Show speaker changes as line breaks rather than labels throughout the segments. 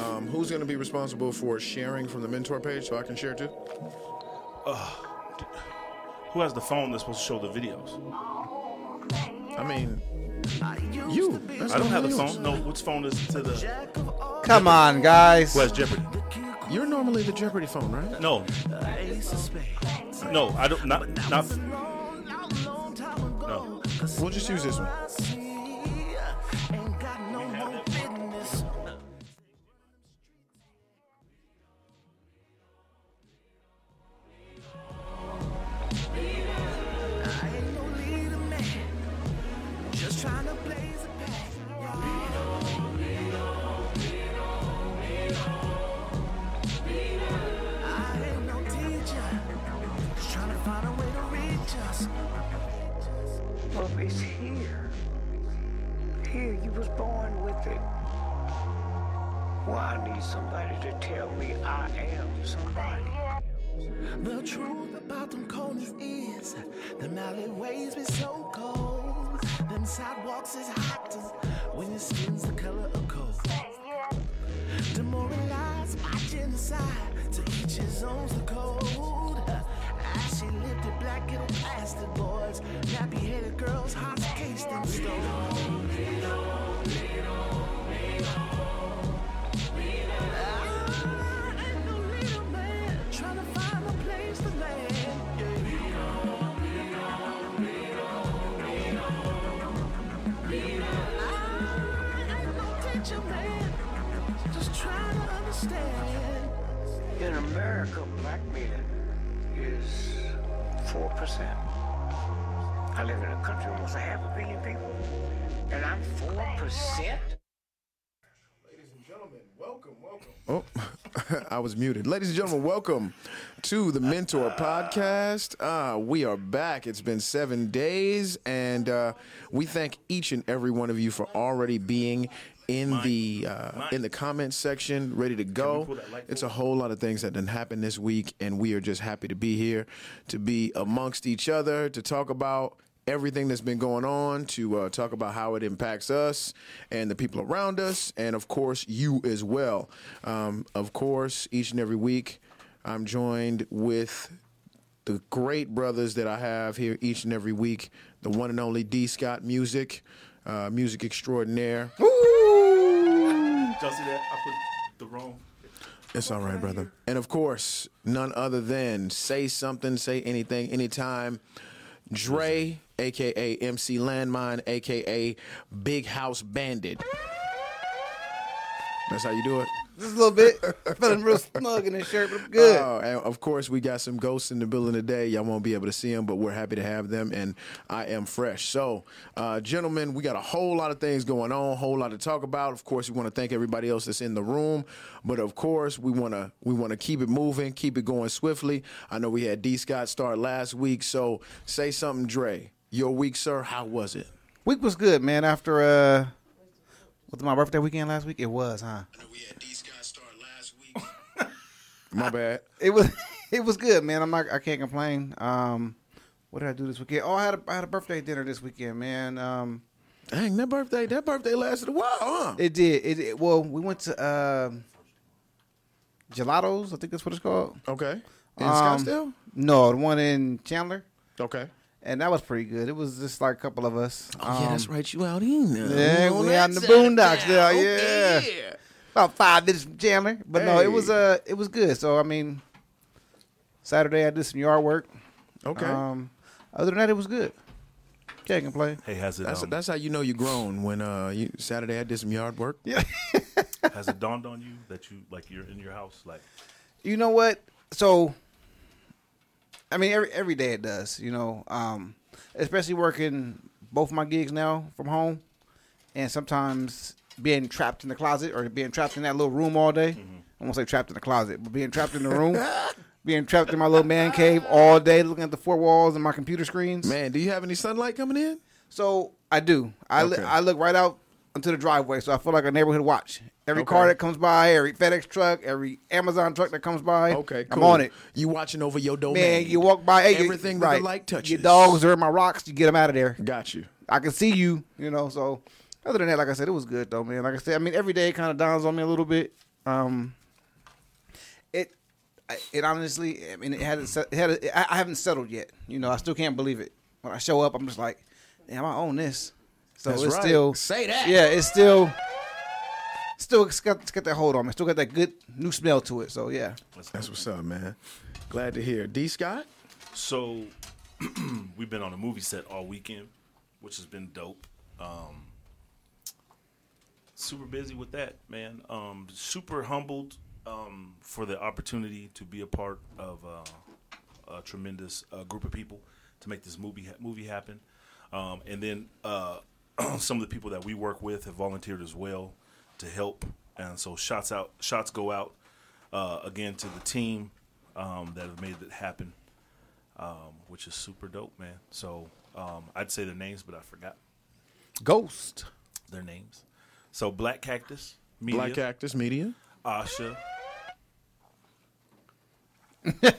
Um, who's going to be responsible for sharing from the mentor page so I can share too?
Who has the phone that's supposed to show the videos?
I mean, you. That's
I don't have the
normally
phone. No, which phone is to the?
Come on, guys.
Who has Jeopardy?
yours. You're normally the Jeopardy phone, right?
No. No, I don't. Not. Not. No.
We'll just use this one.
Well, it's here. Here, you was born with it. Why I need somebody to tell me I am somebody.
The truth about them corners is them alleyways be so cold. Them sidewalks is hot as when your skin's the color of coal. Demoralized by genocide, to each his own's the code. Ashy lifted black and plastic boys, nappy headed girls, hot cased in stone. I ain't no little man trying to find a place to land. Yeah. I ain't no teacher man, just trying to understand.
In America, black men is 4%. I live in a country of almost a half a billion people, and I'm 4%?
Oh, I was muted. Ladies and gentlemen, welcome to the Mentor Podcast. Uh, we are back. It's been seven days, and uh, we thank each and every one of you for already being in the uh, in the comments section, ready to go. It's a whole lot of things that done happened this week, and we are just happy to be here, to be amongst each other, to talk about everything that's been going on to uh, talk about how it impacts us and the people around us, and of course, you as well. Um, of course, each and every week, I'm joined with the great brothers that I have here each and every week the one and only D. Scott Music, uh, Music Extraordinaire.
Y'all see that? I put the wrong.
It's all right, brother. And of course, none other than say something, say anything, anytime. Dre, aka MC Landmine, aka Big House Bandit. That's how you do it.
Just a little bit. Feeling real snug in this shirt, but I'm good.
Oh, and of course, we got some ghosts in the building today. Y'all won't be able to see them, but we're happy to have them. And I am fresh. So, uh, gentlemen, we got a whole lot of things going on, a whole lot to talk about. Of course, we want to thank everybody else that's in the room, but of course, we want to we want to keep it moving, keep it going swiftly. I know we had D Scott start last week, so say something, Dre. Your week, sir. How was it?
Week was good, man. After uh, was it my birthday weekend last week? It was, huh?
We had D Scott start last week. My bad.
It was. It was good, man. I'm not. I can't complain. Um, what did I do this weekend? Oh, I had a, I had a birthday dinner this weekend, man. Um,
Dang, that birthday, that birthday lasted a while, huh?
it did. It, it well, we went to um, Gelatos. I think that's what it's called.
okay. In
Um,
Scottsdale?
No, the one in Chandler,
Okay.
and that was pretty good. It was just like a couple of us.
Oh, yeah, that's right. You out in there.
Um, Yeah,
You on
we
that
out in the
side of
boondocks
town.
there,
Okay,
yeah. about five minutes from Chandler. But no, it was
Hey.
uh it was good. So I mean, Saturday I did some yard work.
yeah. Okay.
Um, other than that, it was good. Can't complain.
Hey, has it?
that's
um,
that's how you know you grown when uh you Saturday I did some yard work. Yeah.
has it dawned on you that you like you're in your house like?
You know what? So, I mean, every every day it does. You know, um, especially working both my gigs now from home, and sometimes being trapped in the closet or being trapped in that little room all day.
Mm-hmm.
I won't say trapped in the closet, but being trapped in the room, being trapped in my little man cave all day, looking at the four walls and my computer screens.
Man, do you have any sunlight coming in?
So I do. I li-
Okay.
I look right out into the driveway, so I feel like a neighborhood watch. Every
Okay.
car that comes by, every FedEx truck, every Amazon truck that comes by,
Okay,
I'm
cool.
on it.
You watching over your domain.
Man, you walk by hey, you-
everything that
right.
the light touches.
Your dogs are in my rocks. You get them out of there.
Got you.
I can see you. You know. So other than that, like I said, it was good though, man. Like I said, I mean, every day kind of downs on me a little bit. Um, it I- it honestly, I mean, it had it had. A, I, I haven't settled yet. You know, I still can't believe it. When I show up, I'm just like, damn, I own this. So
That's
it's
right.
still
Say that.
Yeah, it's still still it's got, it's got that hold on. me. It's still got that good new smell to it. So yeah,
That's what's up, man. Glad to hear. D Scott?
So we've been on a movie set all weekend, which has been dope. Um, super busy with that, man. Um, super humbled um, for the opportunity to be a part of uh, a tremendous uh, group of people to make this movie ha- movie happen. Um, and then uh, some of the people that we work with have volunteered as well to help. And so shots out, shots go out uh, again to the team um, that have made it happen um, which is super dope, man. So um, I'd say their names, but I forgot
Ghost.
their names. So Black Cactus, Media,
Black Cactus Media.
Asha.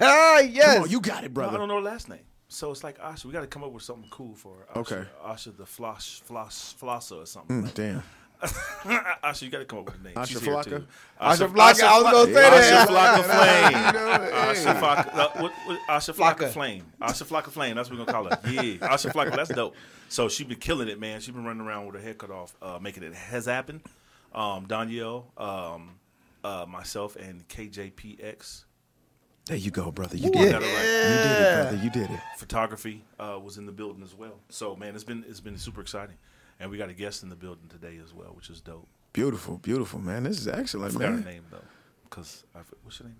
Ah yes,
Come on, you got it,
No, I
brother.
don't know her last name. So it's like Asha. We got to come up with something cool for her. Asha,
Okay. Mm.
Asha the Floss, Floss, Flosser or something. Like-
Damn.
Asha, you got to come up with a name.
Asha
She's here,
Flocka?
too.
Asha Flocka, I was gonna say
Asha
that.
Flocka Flame.
You know,
Asha
hey.
Flocka, uh, what, what, Asha Flocka
Flocka.
Flame. Asha Flocka Flame. That's what we're gonna call her. Yeah, Asha Flocka. That's dope. So she been killing it, man. she been running around with her head cut off, uh, making it has happened. Um, Danielle, um, uh, myself, and KJPX
There you go, brother. You
I
did
got
it.
it right.
You did it, brother. You did it.
Photography uh, was in the building as well. So man, it's been it's been super exciting, and we got a guest in the building today as well, which is dope.
Beautiful, beautiful, man. This is excellent,
Forgot her
man.
name though, because what's her name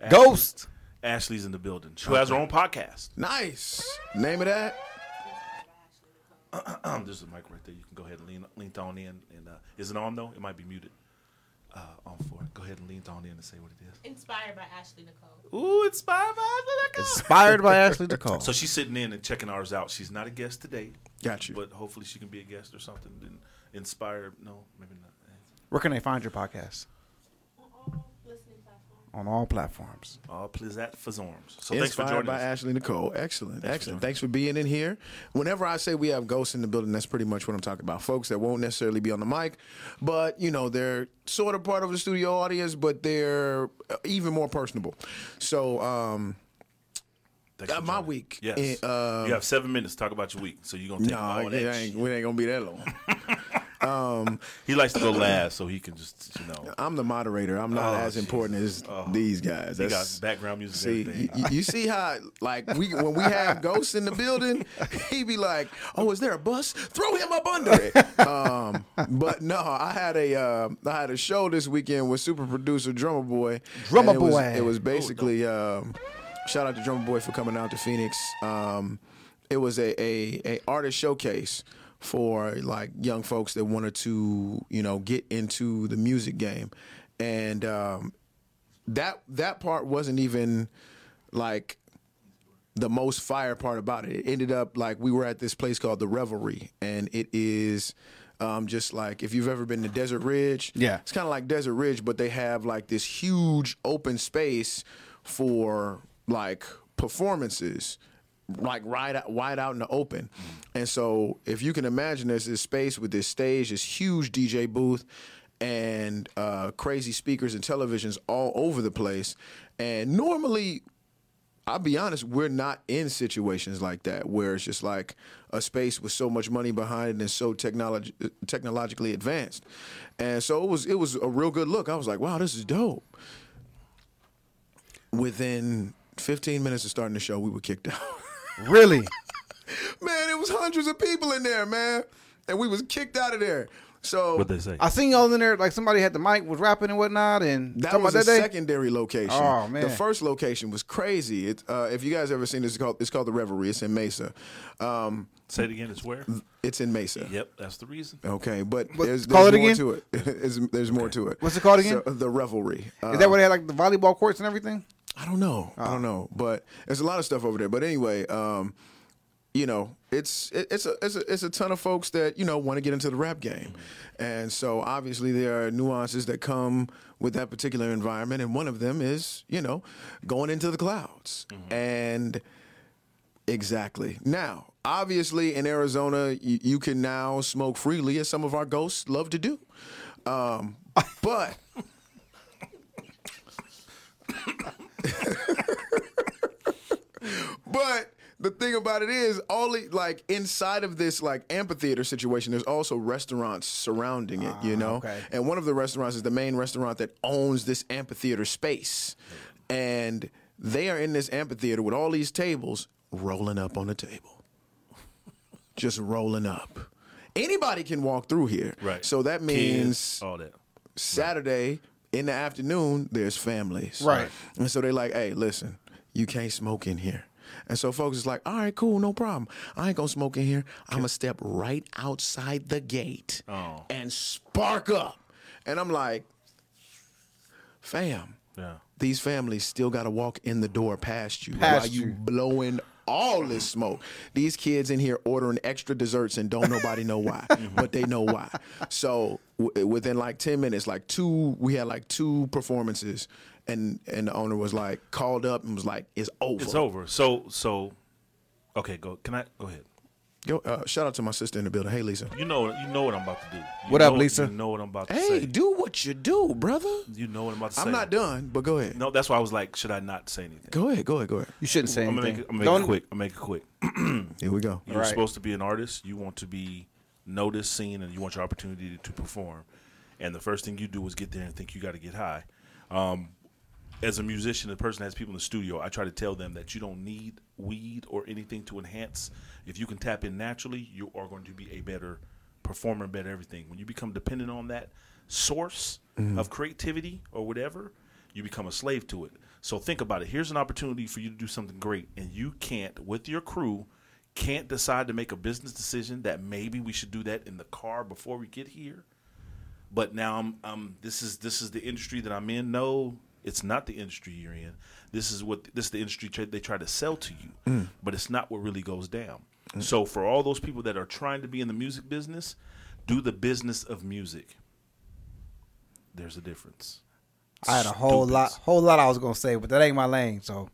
again?
Ghost.
Ashley's in the building. She has her own podcast.
Nice. Name of that?
Um, there's a mic right there. You can go ahead and lean lean on in. And uh, is it on though? It might be muted. Uh, on four. Go ahead and lean on in and say what it is.
Inspired by Ashley Nicole.
Ooh, it's five miles.
Inspired by Ashley DeCole.
So she's sitting in and checking ours out. She's not a guest today,
Got you.
but hopefully she can be a guest or something. And inspired? No, maybe not.
Where can they find your podcast?
On all listening platforms.
On all platforms.
All please at Fazorms. So thanks for
Inspired
joining
by
us.
Ashley Nicole. Excellent.
joining
Excellent. Thanks for being in here. Whenever I say we have ghosts in the building, that's pretty much what I'm talking about. Folks that won't necessarily be on the mic, but you know, they're sort of part of the studio audience, but they're uh, even more personable. So, um,
Thanks for
uh, my
joining.
week,
Yes.
eh, uh,
you have seven minutes to talk about your week. So you're gonna take
no,
all
it
that.
ain't,
shit.
we ain't gonna be that long.
He likes to go last, so he can just you know.
I'm the moderator. I'm not
Oh,
as important as these guys.
He
That's-
got background music. and
See,
everything.
you, you- you see how like we when we have ghosts in the building, he be like, "Oh, is there a bus? Throw him up under it." Um, but no, I had a uh, I had a show this weekend with super producer Drummer Boy.
Drummer
and it was-
Boy.
it was basically um, shout out to Drummer Boy for coming out to Phoenix. Um, it was a, a a artist showcase for like young folks that wanted to you know get into the music game, and um, that that part wasn't even like the most fire part about it. It ended up like we were at this place called the Revelry, and it is um, just like if you've ever been to Desert Ridge,
Yeah.
it's kind of like Desert Ridge, but they have like this huge open space for like performances, like right out, wide out in the open. And so, if you can imagine, there's this space with this stage, this huge DJ booth, and uh, crazy speakers and televisions all over the place. And normally, I'll be honest, we're not in situations like that where it's just like a space with so much money behind it and so technology technologically advanced. And so it was it was a real good look. I was like, wow, this is dope. Within 15 minutes of starting the show, we were kicked out.
Really?
man, it was hundreds of people in there, man. And we was kicked out of there. So
What they say?
I seen y'all in there like somebody had the mic was rapping and whatnot and
That
talking
was
about
a
that day.
secondary location.
Oh, man.
The first location was crazy. It, uh, if you guys ever seen this, it's called it's called the Revelry. It's in Mesa. Um,
say it again. It's where?
it's in Mesa.
Yep, that's the reason.
Okay, but
What-
there's,
call
there's
it
more
again?
to it. there's there's more to it.
What's it called again?
So, the Revelry. Uh,
Is that where they had like the volleyball courts and everything?
I don't know. I don't know, but there's a lot of stuff over there. But anyway, um, you know, it's it, it's a it's a it's a ton of folks that you know want to get into the rap game, and so obviously there are nuances that come with that particular environment, and one of them is you know going into the clouds and. Exactly. Now, obviously, in Arizona, you, you can now smoke freely, as some of our ghosts love to do. Um, but But the thing about it is, all it, like inside of this like amphitheater situation, there's also restaurants surrounding it.
Ah,
you know,
okay.
and one of the restaurants is the main restaurant that owns this amphitheater space, and they are in this amphitheater with all these tables rolling up on the table, just rolling up. Anybody can walk through here,
Right.
So that means
Kids, all that.
Saturday in the afternoon, there's families.
Right.
And so they like, hey, listen, you can't smoke in here. And so folks is like, all right, cool, no problem. I ain't gonna smoke in here. I'm gonna step right outside the gate
Oh.
and spark up. And I'm like, fam,
Yeah.
these families still gotta walk in the door past you
Past
while you,
you.
blowing all this smoke. These kids in here ordering extra desserts and don't nobody know why, but they know why. So w- within like ten minutes, like two, we had like two performances, and and the owner was like called up and was like, "It's over."
It's over. So so okay, go can I go ahead.
Yo, uh, shout out to my sister in the building. Hey, Lisa.
You know you know what I'm about to do. You
What up,
know-
Lisa?
You know what I'm about to
Hey,
say.
do what you do, brother.
You know what I'm about to say.
I'm not done, but go ahead.
No, that's why I was like, should I not say anything?
Go ahead. Go ahead. Go ahead.
You shouldn't say
I'm gonna
anything.
make it, I'm gonna make
Don't
it quick. I'm gonna make it quick.
Here we go.
You're
Right.
supposed to be an artist. You want to be noticed, seen, and you want your opportunity to perform. And the first thing you do is get there and think you got to get high. Um, as a musician, the person that has people in the studio, I try to tell them that you don't need weed or anything to enhance. If you can tap in naturally, you are going to be a better performer, better everything. When you become dependent on that source of creativity or whatever, you become a slave to it. So think about it. Here's an opportunity for you to do something great, and you can't, with your crew, can't decide to make a business decision that maybe we should do that in the car before we get here but now I'm, I'm this is this is the industry that I'm in. No, it's not the industry you're in. This is what this is the industry tra- they try to sell to you,
Mm.
but it's not what really goes down. So for all those people that are trying to be in the music business, do the business of music. There's a difference.
I had a whole
Stupid.
lot, whole lot I was gonna say, but that ain't my lane. So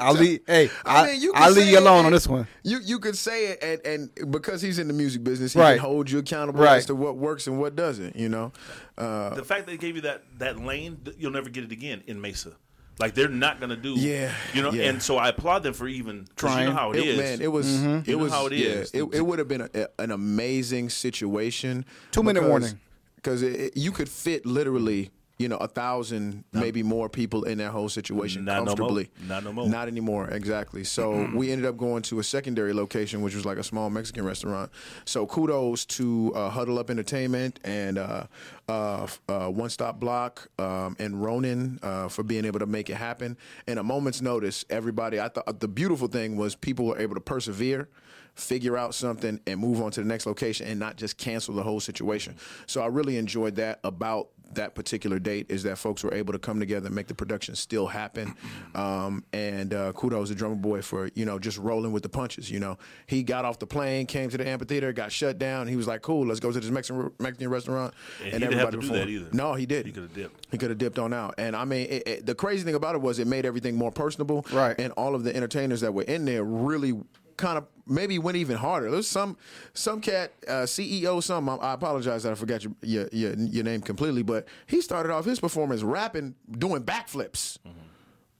I'll leave. Hey, I, I,
mean, you can
leave
say
you
it
alone
and-
on this one.
You you could say it, and, and because he's in the music business, he
Right.
can hold you accountable
Right.
as to what works and what doesn't. You know, uh,
the fact they gave you that that lane, th- you'll never get it again in Mesa. Like they're not gonna do,
Yeah,
you know.
yeah.
And so I applaud them for even 'cause You
Trying.
know how
it,
it is.
man, it was
Mm-hmm.
You
it
know
was
how it
yeah,
is.
It, it would have been a, an amazing situation.
Two minute warning.
because 'cause it, it- you could fit literally. You know, a thousand, maybe more people in that whole situation
Not no more.
comfortably.
Not no Mm-hmm. more.
Not anymore. Exactly. So we ended up going to a secondary location, which was like a small Mexican restaurant. So kudos to uh, Huddle Up Entertainment and uh, uh, uh, One Stop Block um, and Ronin uh, for being able to make it happen. In a moment's notice, everybody. I thought the beautiful thing was people were able to persevere. Figure out something and move on to the next location and not just cancel the whole situation. So I really enjoyed that about that particular date is that folks were able to come together and make the production still happen. Um, and uh, kudos to Drummer Boy for you know just rolling with the punches. You know, he got off the plane, came to the amphitheater, got shut down. He was like, "Cool, let's go to this Mexican Mexican restaurant."
And he didn't have to do that
performed.
either.
No, he didn't.
He could've dipped.
He could have dipped on out. And I mean, it, it, the crazy thing about it was it made everything more personable.
Right.
And all of the entertainers that were in there really kind of maybe went even harder. There's some some cat uh, CEO some I, I apologize that I forgot your, your your your name completely, but he started off his performance rapping, doing backflips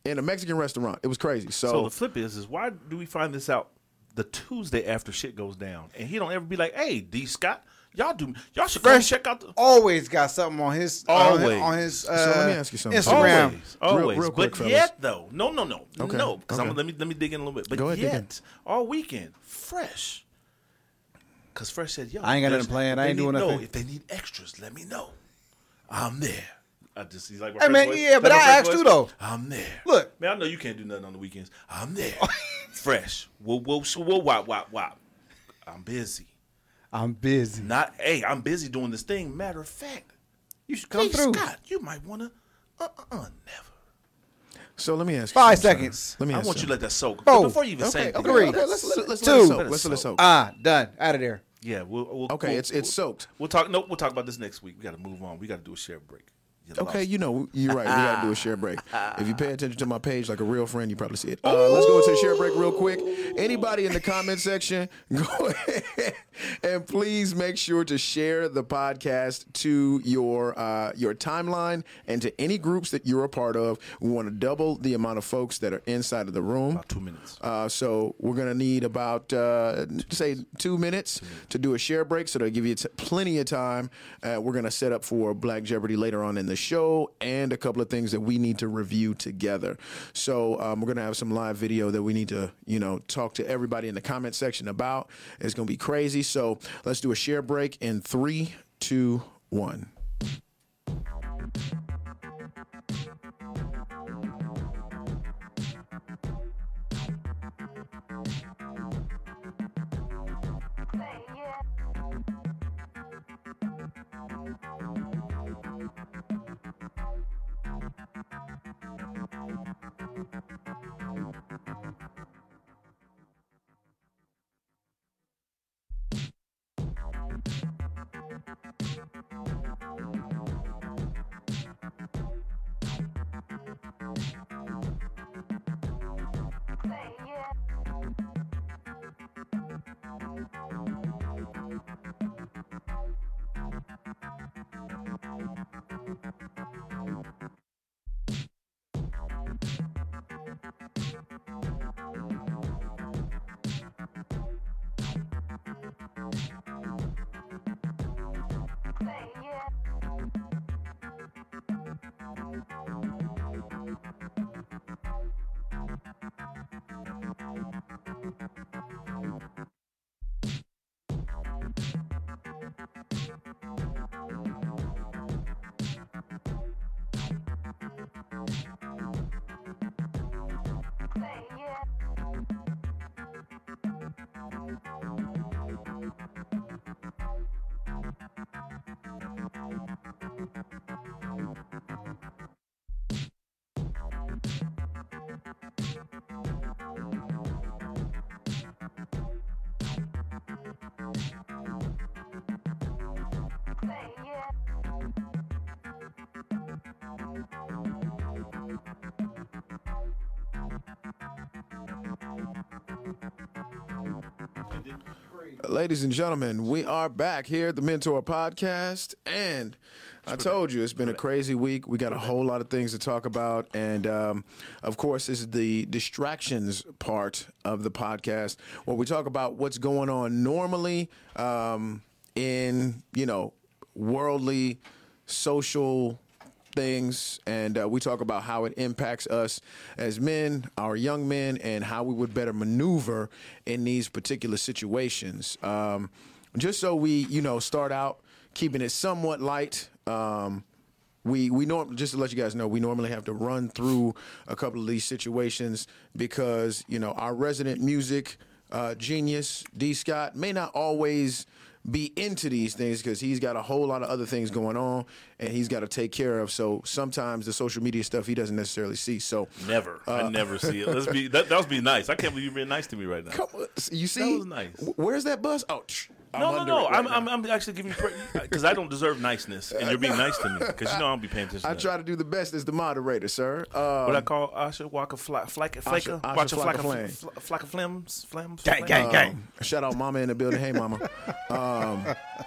in a Mexican restaurant. It was crazy. So,
So the flip is, is why do we find this out the Tuesday after shit goes down, and he don't ever be like, "Hey, D Scott, y'all do, y'all should go
Fresh
check out the."
Always got something on his
Always.
on, on his. Uh,
let me ask you something.
Instagram.
Always, always.
Real- real
but
quick, fellas.
yet though, no, no, no,
Okay,
no. Because
okay.
let me let me dig in a little bit. But
Go ahead, dig
yet,
in.
all weekend, fresh. Because fresh said, "Yo,
I ain't got
there's-
nothing planned. I
they
ain't
need-
doing
no,
nothing."
If they need extras, let me know. I'm there." I just he's like, my
Hey,
Fresh
man,
voice.
yeah,
Is that
but
my
I
Fresh
asked
voice?
you, though.
I'm there.
Look.
man, I know you can't do nothing on the weekends. I'm there, fresh. Whoa, whoa, so whoa, wop, wop, wop. I'm busy.
I'm busy.
Not hey, I'm busy doing this thing. Matter of fact,
You should come
hey,
through.
Scott, you might wanna. Uh, uh, uh, never.
so let me ask you
Five
something.
seconds.
Let me
I
ask
want you to let that soak.
Four.
Before you even
Okay,
say anything,
okay,
Three.
okay, let's, let's, let's let
Two.
it soak. Let's let it soak.
Ah, done. Out of there.
Yeah, we'll, we'll
Okay,
we'll-
it's- it's
we'll-
soaked.
We'll talk. No, we'll talk about this next week. We got to move on. We got to do a share break. You
Okay,
lost.
you know, you're right. We got to do a share break. If you pay attention to my page like a real friend, you probably see it. Uh, let's go to a share break real quick. Anybody in the comment section, go ahead and please make sure to share the podcast to your uh, your timeline and to any groups that you're a part of. We want to double the amount of folks that are inside of the room.
about two minutes.
Uh, so we're gonna need about uh, say two minutes to do a share break, so they'll give you t- plenty of time. Uh, we're gonna set up for Black Jeopardy later on in the show, and a couple of things that we need to review together. So um, we're gonna have some live video that we need to you know talk to everybody in the comment section about. It's gonna be crazy. So let's do a share break in three, two, one. Ladies and gentlemen, we are back here at the Mentor Podcast, and I told you it's been a crazy week. We got a whole lot of things to talk about, and um, of course, this is the distractions part of the podcast where we talk about what's going on normally um, in you know worldly, social things and uh, we talk about how it impacts us as men our young men and how we would better maneuver in these particular situations um, just so we you know start out keeping it somewhat light um, we we norm just to let you guys know we normally have to run through a couple of these situations because you know our resident music uh, genius D Scott may not always be into these things because he's got a whole lot of other things going on and he's got to take care of. So sometimes the social media stuff he doesn't necessarily see. So
never.
Uh,
I never see it. Let's be that, that was being nice. I can't believe you're being nice to me right now.
come on, you see,
was nice.
wh- where's that bus? Oh, tch, I'm
no, no,
under
no.
it right
I'm,
now.
I'm, I'm actually giving you because I don't deserve niceness, and you're being nice to me because you know I'll be paying attention.
I
to that.
try to do the best as the moderator, sir. Uh,
What I call Asha Walker Flack Flack Flaker
Asha
Watcher
Flocka
Flacker
Flame.
Flacker Flims Flims
Gang, gang, gang.
Shout out, mama in the building. Hey, mama. Um,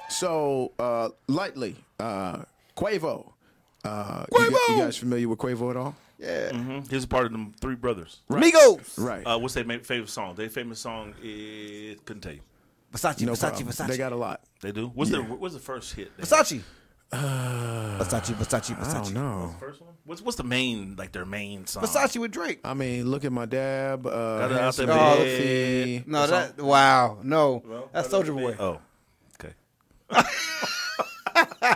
so uh, lightly, uh, Quavo. Uh, You, gu- you guys familiar with Quavo at all?
Yeah.
Mhm. He's a part of them three brothers.
Migos.
Right.
Uh, what's their ma- favorite song? Their favorite song is couldn't tell you.
Versace,
no
Versace,
problem.
Versace.
They got a lot.
They do. What's the What's the first hit? they had?
Versace. Versace, Versace, Versace.
Uh, I don't know.
First one. What's What's the main like their main song?
Versace with Drake.
I mean, look at my dab. Uh,
Got it out
handsome,
the
healthy.
bed.
No, that wow, no, that's Soldier Boy.
Oh, okay.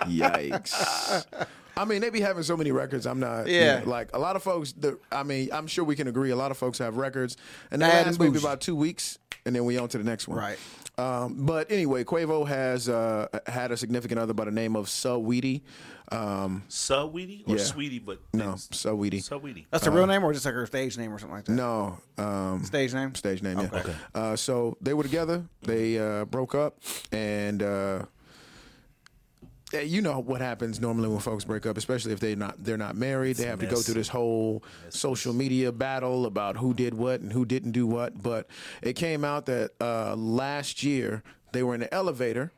Yikes. I mean, they be having so many records. I'm not. you
Yeah.
know, like a lot of folks. The, I mean, I'm sure we can agree. A lot of folks have records, and they
Diane
last maybe
Bougie.
about two weeks, and then we on to the next one.
Right.
Um, but anyway, Quavo has uh, had a significant other by the name of Saweetie. Um,
Saweetie or
Yeah.
Sweetie, but
no,
it's
Saweetie.
Saweetie.
That's her real name, or just like her stage name, or something like that.
no.
Mm-hmm.
Um,
stage name.
stage name. Yeah. Uh, so they were together. They uh, broke up, and uh, eh, you know what happens normally when folks break up, especially if they not they're not married. they
a
have to go
mess.
through this whole social media battle about who did what and who didn't do what. But it came out that uh, last year they were in the elevator,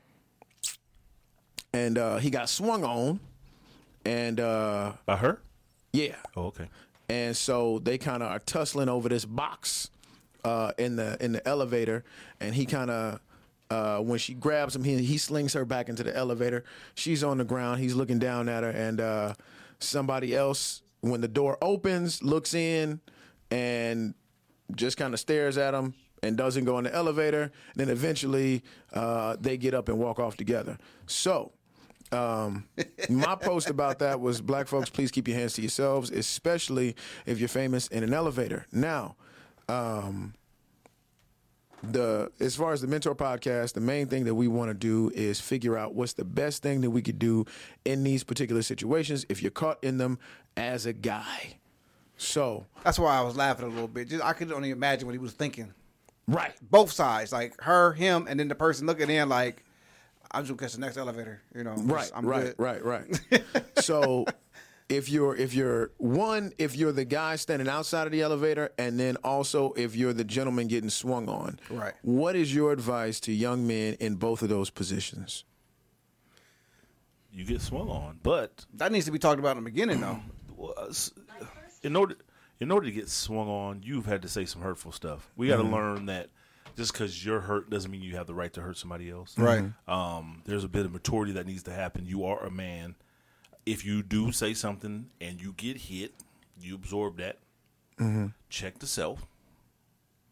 and uh, he got swung on, and uh,
By her?
yeah,
Oh, okay.
and so they kind of are tussling over this box uh, in the in the elevator, and he kind of. Uh, when she grabs him, he, he slings her back into the elevator. She's on the ground. He's looking down at her, and uh, somebody else, when the door opens, looks in and just kind of stares at him and doesn't go in the elevator. And then eventually, uh, they get up and walk off together. So, um, my post about that was black folks, please keep your hands to yourselves, especially if you're famous in an elevator. Now, um, the as far as the mentor podcast, the main thing that we want to do is figure out what's the best thing that we could do in these particular situations if you're caught in them as a guy. So,
That's why I was laughing a little bit. Just I could only imagine what he was thinking.
right.
Both sides, like her, him, and then the person looking in, like I'm just gonna catch the next elevator. You know,
right,
Just- I'm
right,
good.
right, right. so if you're if you're one, if you're the guy standing outside of the elevator, and then also if you're the gentleman getting swung on,
Right.
What is your advice to young men in both of those positions?
You get swung on, but
That needs to be talked about in the beginning, though.
well, uh, s- in order in order to get swung on, you've had to say some hurtful stuff. We got to
Mm-hmm.
learn that just because you're hurt doesn't mean you have the right to hurt somebody else.
Right.
Um, there's a bit of maturity that needs to happen. You are a man. If you do say something and you get hit, you absorb that. Check the self.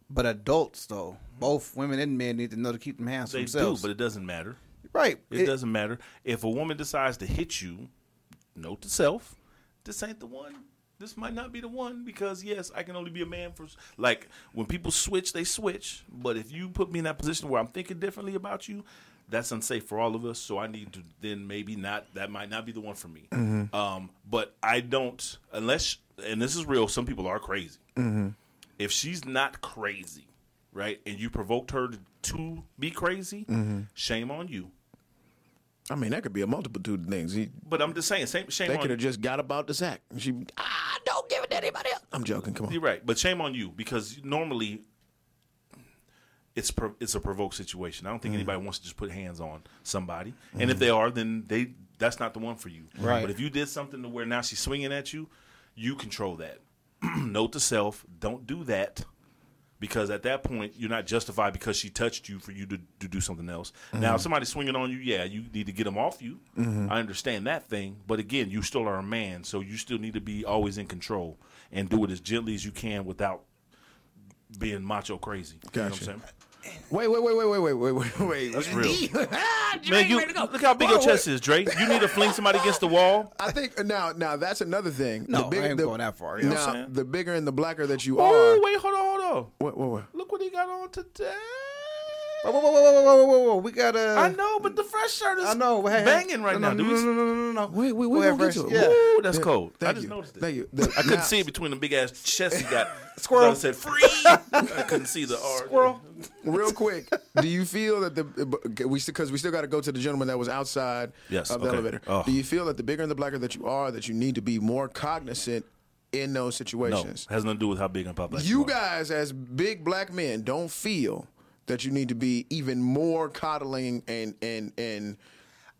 But adults, though, both women and men need to know to keep them hands to
They
themselves.
do, but it doesn't matter.
right,
It, doesn't matter. If a woman decides to hit you, note to self, this ain't the one. This might not be the one because yes, I can only be a man for s- like when people switch, they switch. But if you put me in that position where I'm thinking differently about you, that's unsafe for all of us. So I need to then maybe not. That might not be the one for me. Um, but I don't unless and this is real. Some people are crazy if she's not crazy, right, and you provoked her to, to be crazy, shame on you.
I mean, that could be a multitude of things. He,
But I'm just saying, shame, shame
they
on
could have
you.
just got about the sack. She, ah, don't give it to anybody else. I'm joking. Come on.
You're right, but shame on you because normally it's pro- it's a provoked situation. I don't think anybody wants to just put hands on somebody, and if they are, then they that's not the one for you.
Right.
But if you did something to where now she's swinging at you, you control that. Note to self: don't do that. because at that point you're not justified because she touched you for you to, to do something else. Now,
Mm-hmm.
if somebody's swinging on you, yeah, you need to get them off you. I understand that thing, but again, you still are a man, so you still need to be always in control and do it as gently as you can without being macho crazy. You know what I'm
Gotcha.
saying?
Wait, wait, wait, wait, wait, wait, wait, wait, wait. That's
real.
ah,
Man,
Drake,
you
ready to go.
look how big
Whoa,
your chest is, Dre. You need to fling somebody against the wall.
I think now, now that's another thing.
No, Oh, I ain't going that far, you know what
I'm
now,
saying?
the bigger and the blacker that you
Oh,
are.
wait, hold on, hold on.
What, what, what?
Look what he got on today.
Whoa, whoa, whoa, whoa, whoa, whoa, whoa, whoa! We got a.
I know, but the fresh shirt is
I know. Hey, hey.
banging right
no,
now.
No,
Do
no,
we-
no, no, no, no, no.
Wait, wait,
Go
wait,
ahead,
we'll get
Fresh.
to it.
Yeah.
Ooh, that's
Th-
cold. I
thank
just
you.
noticed it.
Thank you. The-
I couldn't
now-
see it between the big ass chest he got.
Squirrel.
I said free. I couldn't see the R.
Squirrel.
Real quick, do you feel that the we because we still got to go to the gentleman that was outside
Yes,
of the
okay.
elevator?
Oh.
Do you feel that the bigger and the blacker that you are, that you need to be more cognizant in those
No,
situations?
has nothing to do with how big and public.
You guys, as big black men, don't feel that you need to be even more coddling and and and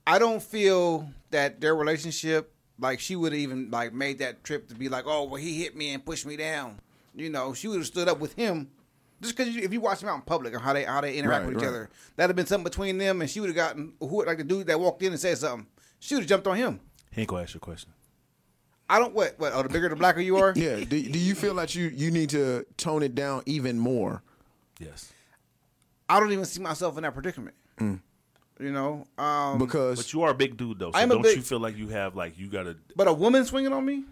I don't feel that their relationship, like she would have even like made that trip to be like, oh, well, he hit me and pushed me down. You know, she would have stood up with him. Just because if you watch them out in public or how they how they interact
Right,
with each
right.
other, that'd have been something between them, and she would have gotten who like the dude that walked in and said something. She would have jumped on him.
He ain't gonna ask you a question.
I don't what what. Oh, the bigger the blacker you are,
yeah. Do, do you feel that you you need to tone it down even more?
Yes,
I don't even see myself in that predicament.
Mm.
You know, um,
Because
but you are a big dude though. So
I'm a
don't
big-
you feel like you have like you gotta
but a woman swinging on me.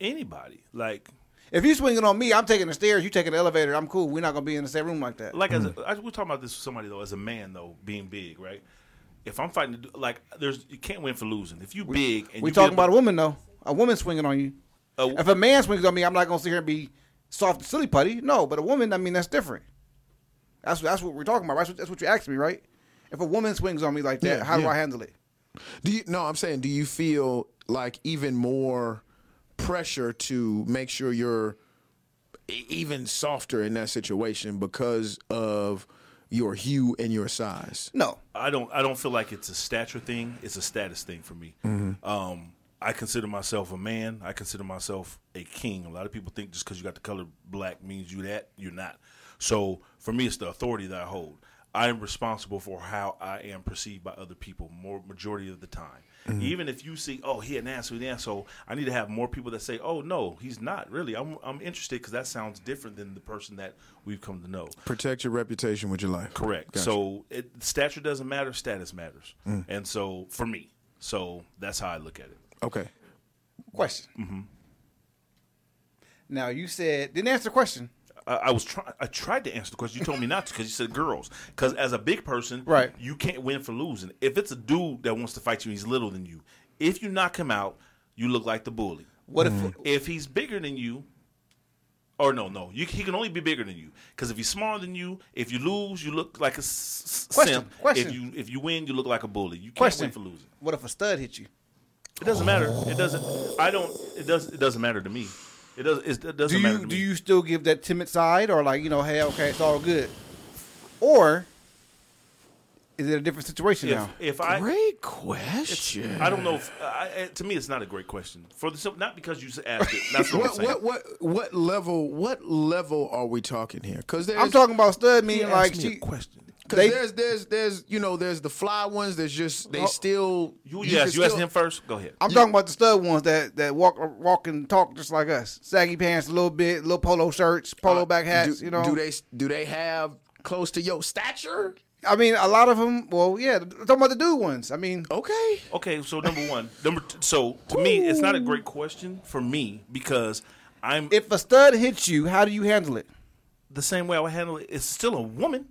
anybody like
If you swinging on me, I'm taking the stairs. You taking the elevator. I'm cool. We're not gonna be in the same room like that.
like as a, I, we're talking about this with somebody though as a man though being big right. If I'm fighting to do, like there's you can't win for losing. If you big and
We
you
talking
get-
about a woman though. A woman swinging on you.
A-
if a man swings on me, I'm not gonna sit here and be soft, silly putty. No, but a woman, I mean, that's different. That's that's what we're talking about. Right? That's what- That's what you asked me, right? If a woman swings on me like that,
Yeah,
how do
yeah.
I handle it?
Do you? No, I'm saying, do you feel like even more pressure to make sure you're e- even softer in that situation because of your hue and your size?
No.
I don't I don't feel like it's a stature thing. It's a status thing for me. Um, I consider myself a man. I consider myself a king. A lot of people think just because you got the color black means you that you're not. So for me, it's the authority that I hold. I am responsible for how I am perceived by other people more majority of the time. Even if you see, oh, he an asshole, he an asshole. I need to have more people that say, oh no, he's not really. I'm I'm interested because that sounds different than the person that we've come to know.
Protect your reputation with your life.
Correct.
Gotcha.
So it, stature doesn't matter. Status matters.
Mm.
And so for me, so that's how I look at it.
okay.
Question.
Mm-hmm.
Now you said didn't answer the question.
I, I was try, I tried to answer the question. You told me not to because you said girls. Because as a big person,
Right.
you can't win for losing. If it's a dude that wants to fight you, he's little than you. If you knock him out, you look like the bully.
What if
If he's bigger than you, or no, no, you, he can only be bigger than you. Because if he's smaller than you, if you lose, you look like a s- s-
Question,
simp.
question.
If you if you win, you look like a bully. You can't
question
win for losing.
What if a stud hit you?
It doesn't matter. It doesn't. I don't. It does. It doesn't matter to me. It does. It, it doesn't
Do
matter
you
to
do
me.
you still give that timid side or like you know hey okay it's all good, or is it a different situation
If,
now?
if I,
Great question.
I don't know. If, I, I- to me, it's not a great question. For the simple, not because you asked it. That's what, I'm
What
saying.
what what what level what level are we talking here? Because there's
I'm talking about stud
He
meaning
asked
like
me
she.
a question.
Cause
They-
there's there's there's you know there's the fly ones. There's just they
Oh.
still
You,
can
you asked. You asked
still-
him first. Go ahead.
I'm talking about the stud ones that that walk walk and talk just like us. Saggy pants a little bit, little polo shirts,
Uh,
polo back hats.
Uh, Do,
you know,
do they do they have close to your stature?
I mean, a lot of them. Well, yeah, I'm talking about the dude ones. I mean,
Okay,
Okay, so number one, number two, so to me, it's not a great question for me because I'm
if a stud hits you, how do you handle it?
the same way I would handle it. It's still a woman.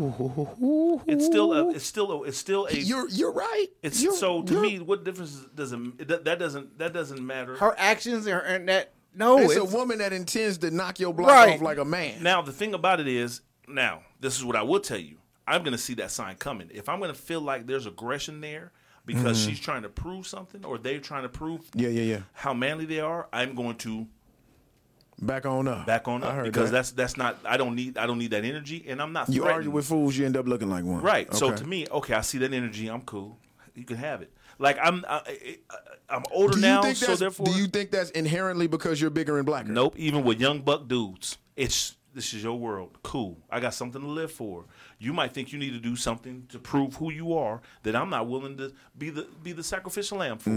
It's still a. It's still a. It's still a.
you're you're right.
it's
You're-
so to
you're-
me. What difference does it? That, that doesn't. That doesn't matter.
Her actions and, her, and that. No,
It's
it's,
a woman that intends to knock your block
Right.
off like a man.
Now the thing about it is, now this is what I will tell you. I'm gonna see that sign coming. If I'm gonna feel like there's aggression there because she's trying to prove something or they're trying to prove
Mm-hmm. yeah, yeah, yeah.
how manly they are, I'm going to
Back on up.
back on
I
up
heard
because
that.
that's that's not I don't need I don't need that energy and I'm not
you argue
threatened.
with fools, you end up looking like one.
right. So
Okay.
to me, okay, I see that energy. I'm cool. You can have it. Like I'm I, I, I'm older
do you
now,
think
so
that's-
therefore
do you think that's inherently because you're bigger and blacker?
Nope. Even with young buck dudes, it's this is your world. Cool. I got something to live for. You might think you need to do something to prove who you are that I'm not willing to be the be the sacrificial lamb for.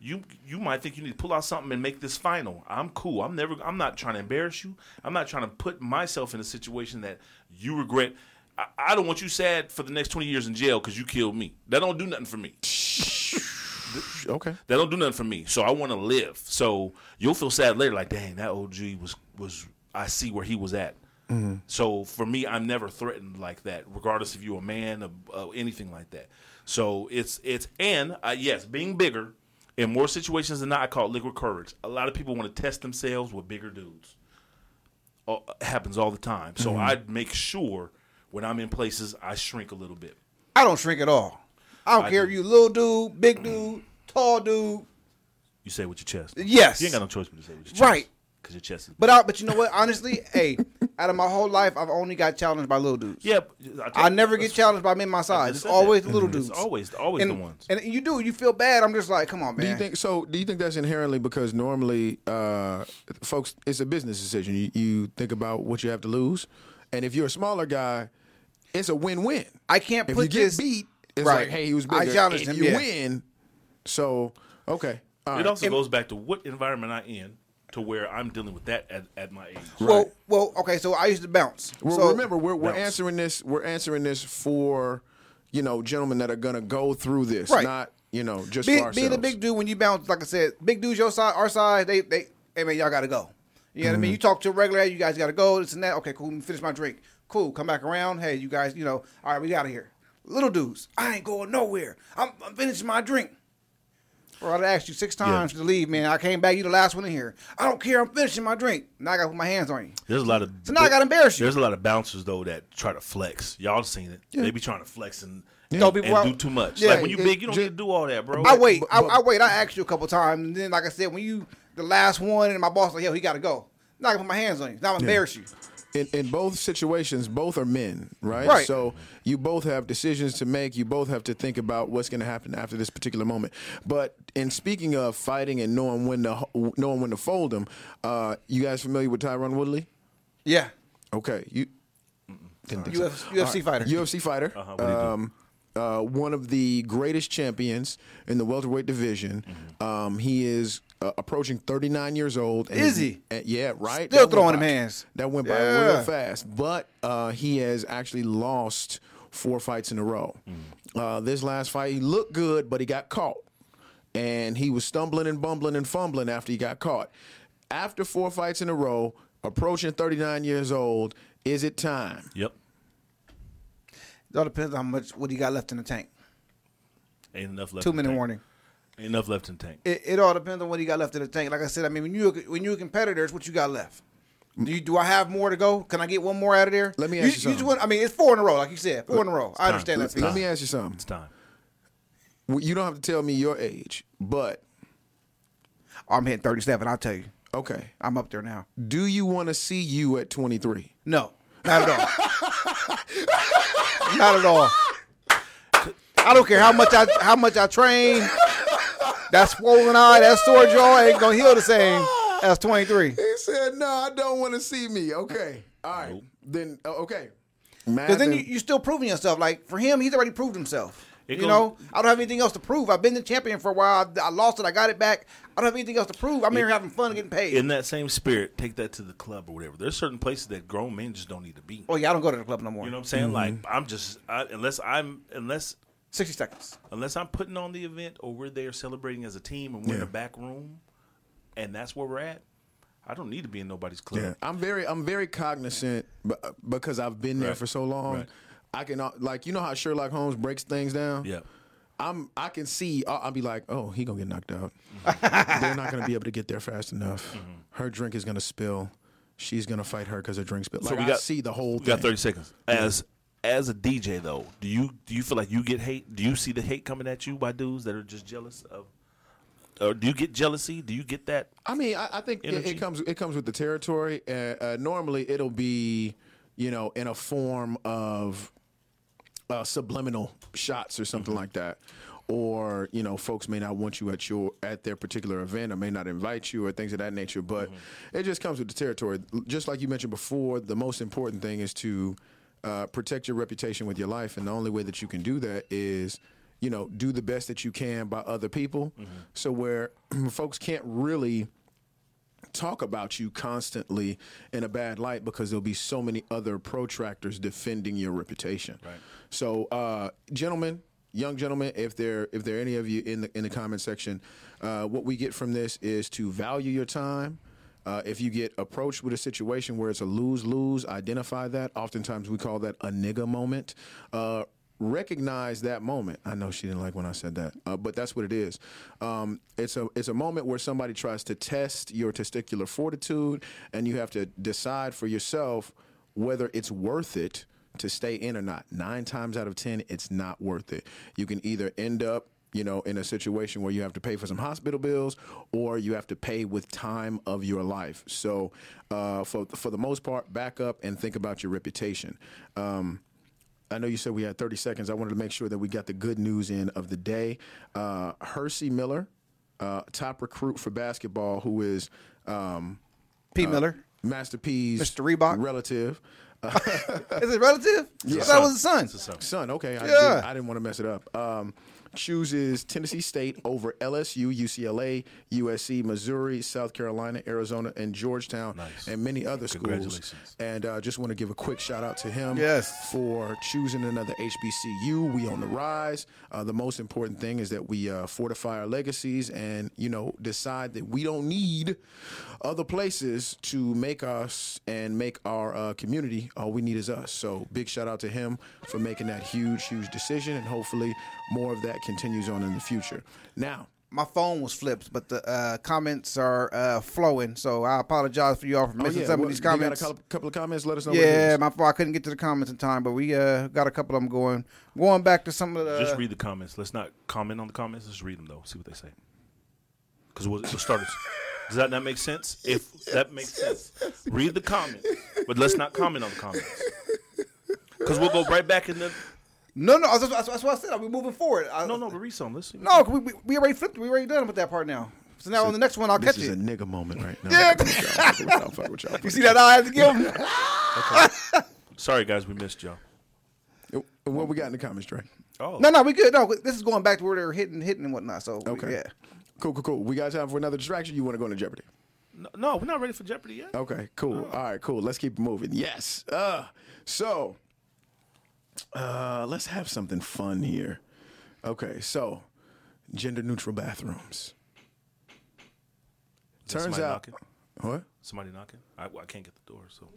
You you might think you need to pull out something and make this final. I'm cool. I'm never. I'm not trying to embarrass you. I'm not trying to put myself in a situation that you regret. I, I don't want you sad for the next 20 years in jail because you killed me. That don't do nothing for me.
Okay.
That don't do nothing for me. So I want to live. So you'll feel sad later, like, dang, that OG was was I see where he was at.
Mm-hmm.
So for me, I'm never threatened like that, regardless if you're a man or, or anything like that. So it's it's and uh, yes, being bigger in more situations than not, I call it liquid courage. A lot of people want to test themselves with bigger dudes. Uh, happens all the time. So
Mm-hmm.
I make sure when I'm in places, I shrink a little bit.
I don't shrink at all. I don't
I
care
do.
if you little dude, big dude, tall dude.
You say it with your chest.
Yes.
You ain't got no choice but to say it with your chest.
Right.
Because your chest is
But I, but you know what? Honestly, hey, out of my whole life, I've only got challenged by little dudes.
Yeah,
I never get challenged by men my
I
size.
just
It's
said
always
that.
the little
Mhm. It's
dudes.
always- always
and,
the ones.
And you do, you feel bad. I'm just like, come on, man.
Do you think so? Do you think that's inherently because normally, uh, folks, it's a business decision. You, you think about what you have to lose, and if you're a smaller guy, it's a win-win.
I can't
if
put
you get
this-
beat, it's
Right.
like, hey, he was
I
bigger.
challenged
and
him,
You
yeah.
win, so okay. Uh, All
It
right.
also goes back to what environment I in to where I'm dealing with that at, at my age.
Well, well, okay. So I used to bounce.
Well,
so
remember, we're, we're
Bounce.
answering this. We're answering this for you know gentlemen that are gonna go through this,
Right.
not you know just
be,
for ourselves.
being a big dude when you bounce, like I said, big dudes your side, our side, they they, hey man, y'all gotta go. You know what I
Mm-hmm.
mean? You talk to a regular, you guys gotta go, this and that. Okay, cool. Let me finish my drink. Cool. Come back around. Hey, you guys, you know, all right, we out of here. Little dudes, I ain't going nowhere. I'm, I'm finishing my drink. Bro, I asked you six times to leave, man. I came back. You the last one in here. I don't care. I'm finishing my drink. Now I got to put my hands on you.
There's a lot of
So now I gotta embarrass you.
There's a lot of bouncers though that try to flex. Y'all seen it? They be trying to flex and
No, people,
and
I,
do too much.
yeah,
like when you
it-
big, you don't
ju-
get to do all that, bro.
I wait,
but-
I,
but-
I wait. I asked you a couple times, and then like I said, when you the last one, and my boss like, yo, he got to go. I'm not gonna put my hands on you. Now I'm gonna embarrass you.
in, in both situations, both are men, right?
Right.
So you both have decisions to make. You both have to think about what's going to happen after this particular moment. But in speaking of fighting and knowing when to ho- knowing when to fold them, uh, you guys familiar with Tyron Woodley?
Yeah,
Okay, you didn't think so.
UFC, UFC fighter.
UFC fighter.
Uh-huh, what do you do?
um, uh, one of the greatest champions in the welterweight division.
Mm-hmm.
Um, he is uh, approaching 39 years old. and
Is
he's-
he?
and- yeah, right. That
Still
went
throwing them
by-
hands.
That went by
Yeah.
real fast. But uh, he has actually lost four fights in a row.
Mm.
Uh, this last fight, he looked good, but he got caught. And he was stumbling and bumbling and fumbling after he got caught. After four fights in a row, approaching 39 years old, is it time?
Yep.
It all depends on how much what he got left in the tank.
Ain't enough left.
Two
in the
minute
tank.
warning.
Ain't enough left in the tank.
It, it all depends on what he got left in the tank. Like I said, I mean, when you when you're a competitor, it's what you got left.
Mm.
Do, you, do I have more to go? Can I get one more out of there?
Let me
you,
ask you
just
something.
want- I mean, it's four in a row, like you said, four in a row. I understand
It's
that.
Let
time.
me ask you something.
It's time.
Well, You don't have to tell me your age, but
Oh, I'm hitting 37. I'll tell you,
okay.
I'm up there now.
Do you want to see you at 23?
No, not at all. not at all. I don't care how much I how much I train. That swollen eye, that sore jaw ain't gonna heal the same as 23.
He said, "No, I don't want to see me." Okay, all right, then uh, okay. Mad
Because then you,
that-
you're still proving yourself. Like for him, he's already proved himself.
It
you
goes-
know, I don't have anything else to prove. I've been the champion for a while. I, I lost it. I got it back. I don't have anything else to prove. I'm here having fun and getting paid.
In that same spirit, take that to the club or whatever. There's certain places that grown men just don't need to be.
oh yeah, I don't go to the club no more.
You know what I'm saying? Like I'm just I, unless I'm unless
60 seconds.
unless I'm putting on the event or we're there celebrating as a team and we're in the back room, and that's where we're at. I don't need to be in nobody's club.
Yeah, I'm very, I'm very cognizant b- uh, because I've been there
Right.
for so long.
Right.
I can uh, like you know how Sherlock Holmes breaks things down.
Yeah.
I'm I can see I- I'll be like, oh, he gonna get knocked out. They're not gonna be able to get there fast enough.
Mm-hmm.
Her drink is gonna spill. She's gonna fight her because her drink spilled. Like I see the whole.
We
thing.
got 30 seconds. As as a DJ though, do you do you feel like you get hate? Do you see the hate coming at you by dudes that are just jealous of? Or do you get jealousy? Do you get that?
I mean, I, I think it,
Energy.
it comes it comes with the territory. Uh, uh, normally, it'll be you know in a form of uh, subliminal shots or something like that, or you know, folks may not want you at your at their particular event, or may not invite you, or things of that nature. But it just comes with the territory. Just like you mentioned before, the most important thing is to uh, protect your reputation with your life, and the only way that you can do that is you know do the best that you can by other people so where folks can't really talk about you constantly in a bad light because there'll be so many other protractors defending your reputation. Right. So, uh, gentlemen, young gentlemen, if there if there are any of you in the in the comment section, uh, what we get from this is to value your time. Uh, if you get approached with a situation where it's a lose lose, identify that. Oftentimes we call that a nigga moment. Uh, recognize that moment. I know she didn't like when I said that, uh, but that's what it is. Um, it's a it's a moment where somebody tries to test your testicular fortitude, and you have to decide for yourself whether it's worth it to stay in or not. Nine times out of ten, it's not worth it. You can either end up you know in a situation where you have to pay for some hospital bills or you have to pay with time of your life so uh, for, for the most part back up and think about your reputation um, I know you said we had 30 seconds. I wanted to make sure that we got the good news in of the day. Uh, Hersey Miller, uh, top recruit for basketball, who is um,
Pete Miller.
Master P's
Mr. Reebok?
relative.
Is it relative? I thought it was his son.
Son, okay. I,
Yeah.
didn't, I didn't want to mess it up. Um, chooses Tennessee State over LSU, UCLA, USC, Missouri, South Carolina, Arizona, and Georgetown, and many other schools.
Congratulations.
And uh, just want to give a quick shout out to him
Yes.
for choosing another HBCU. We on the rise. Uh, the most important thing is that we uh, fortify our legacies and you know decide that we don't need other places to make us and make our uh, community. All we need is us. So big shout out to him for making that huge, huge decision, and hopefully more of that continues on in the future. Now.
my phone was flipped, but the uh, comments are uh, flowing. So I apologize for you all for missing some
Oh, well,
of these
you got a
comments.
couple- couple of comments. Let us know. what it
yeah,
is.
my fault. I couldn't get to the comments in time, but we uh, got a couple of them going. Going back to some of the
Just read the comments. Let's not comment on the comments. Let's read them though. See what they say. Because we'll, we'll start. us- Does that not make sense? If that makes sense, read the comment. But let's not comment on the comments. Because we'll go right back in the.
no, no. That's, that's, that's what I said. Are we moving forward? I,
No, no, but read some. Let's see.
no. 'cause We, we, we already flipped. We already done with that part now. So now on Oh, the next one, I'll
This
catch
is a
it.
nigga moment right now.
Yeah.
Fuck with y'all, fuck with y'all, fuck with y'all, fuck
You
with
see that? I had to give him.
Sorry, guys, we missed y'all.
y'all. What we got in the comments, Dre?
Oh,
No, no, we good. No, this is going back to where they're hitting, hitting and whatnot. So
Okay.
yeah.
Cool, cool, cool. We got time for another distraction. You want to go into Jeopardy?
no, no, we're not ready for Jeopardy yet.
Okay, cool.
Oh.
All right, cool. Let's keep moving. Yes. Uh, so uh, let's have something fun here. Okay, so gender neutral bathrooms.
Is that
Turns
somebody
out,
knocking?
what?
Somebody knocking. I, I can't get the door. So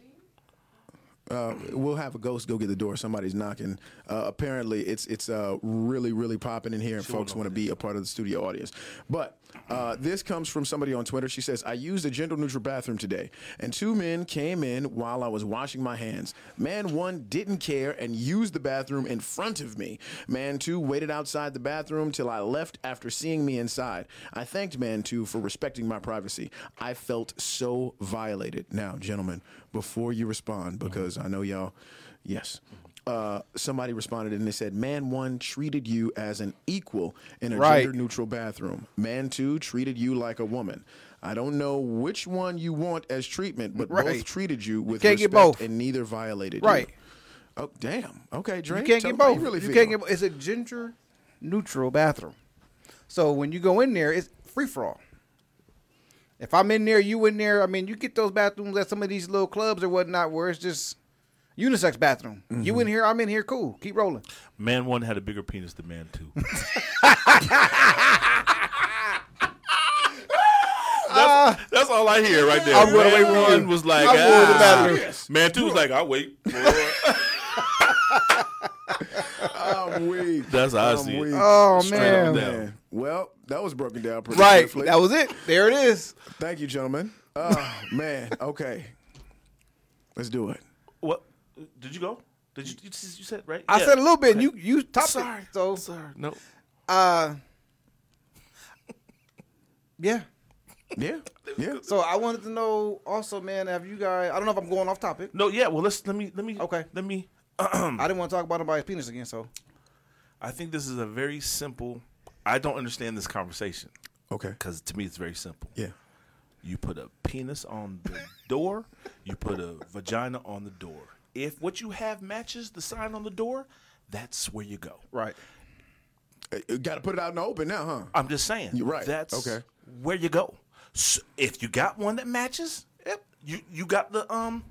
We'll have a ghost go get the door. Somebody's knocking. Uh, apparently, it's it's uh, really really popping in here, and folks want to be a part of the studio audience. But uh, this comes from somebody on Twitter. She says, "I used a gender neutral bathroom today, and two men came in while I was washing my hands. Man one didn't care and used the bathroom in front of me. Man two waited outside the bathroom till I left after seeing me inside. I thanked man two for respecting my privacy. I felt so violated. Now, gentlemen, before you respond,
Mm-hmm.
because I know y'all, yes. Uh, somebody responded and they said, Man one treated you as an equal in a
Right.
gender neutral bathroom. Man two treated you like a woman. I don't know which one you want as treatment, but both
Right.
treated you with
can't get
respect
both.
and neither violated
Right.
you. Oh damn. Okay, Dre.
You can't
tell
get
them how
both.
You, really
you
feel.
can't get. bo- It's a gender neutral bathroom. So when you go in there, it's free for all. If I'm in there, you in there. I mean, you get those bathrooms at some of these little clubs or whatnot, where it's just unisex bathroom.
Mm-hmm.
You in here, I'm in here. Cool, keep rolling.
man one had a bigger penis than man two. that's,
Uh,
that's all I hear right there.
I'm gonna
man
wait for
one
you.
was like,
I'm going to the
"Ah."
bathroom.
Man two was like, I'll wait. for it."
I'm weak.
That's how I
I'm
see it.
weak.
Oh
Straight up
man,
and down.
Man. Well, that was broken down pretty
right.
swiftly.
That was it. There it is.
Thank you, gentlemen. Oh man. Okay. Let's do it.
What? Did you go? Did you? You, s- you said right?
I
Yeah.
said a little bit. and You you topped
Sorry.
it. So
Sorry. No.
uh, yeah.
Yeah. Yeah.
So I wanted to know also, man, have you guys? I don't know if I'm going off topic.
No. Yeah. Well, let's let me let me.
Okay.
Let me.
I didn't want to talk about nobody's penis again, so
I think this is a very simple. I don't understand this conversation
Okay.
because to me it's very simple.
Yeah.
You put a penis on the door. You put a vagina on the door. If what you have matches the sign on the door, that's where you go.
right.
Got to Uh, put it out in the open now, huh?
I'm just saying.
You're right.
That's
Okay.
where you go. So if you got one that matches, yep, you you got the um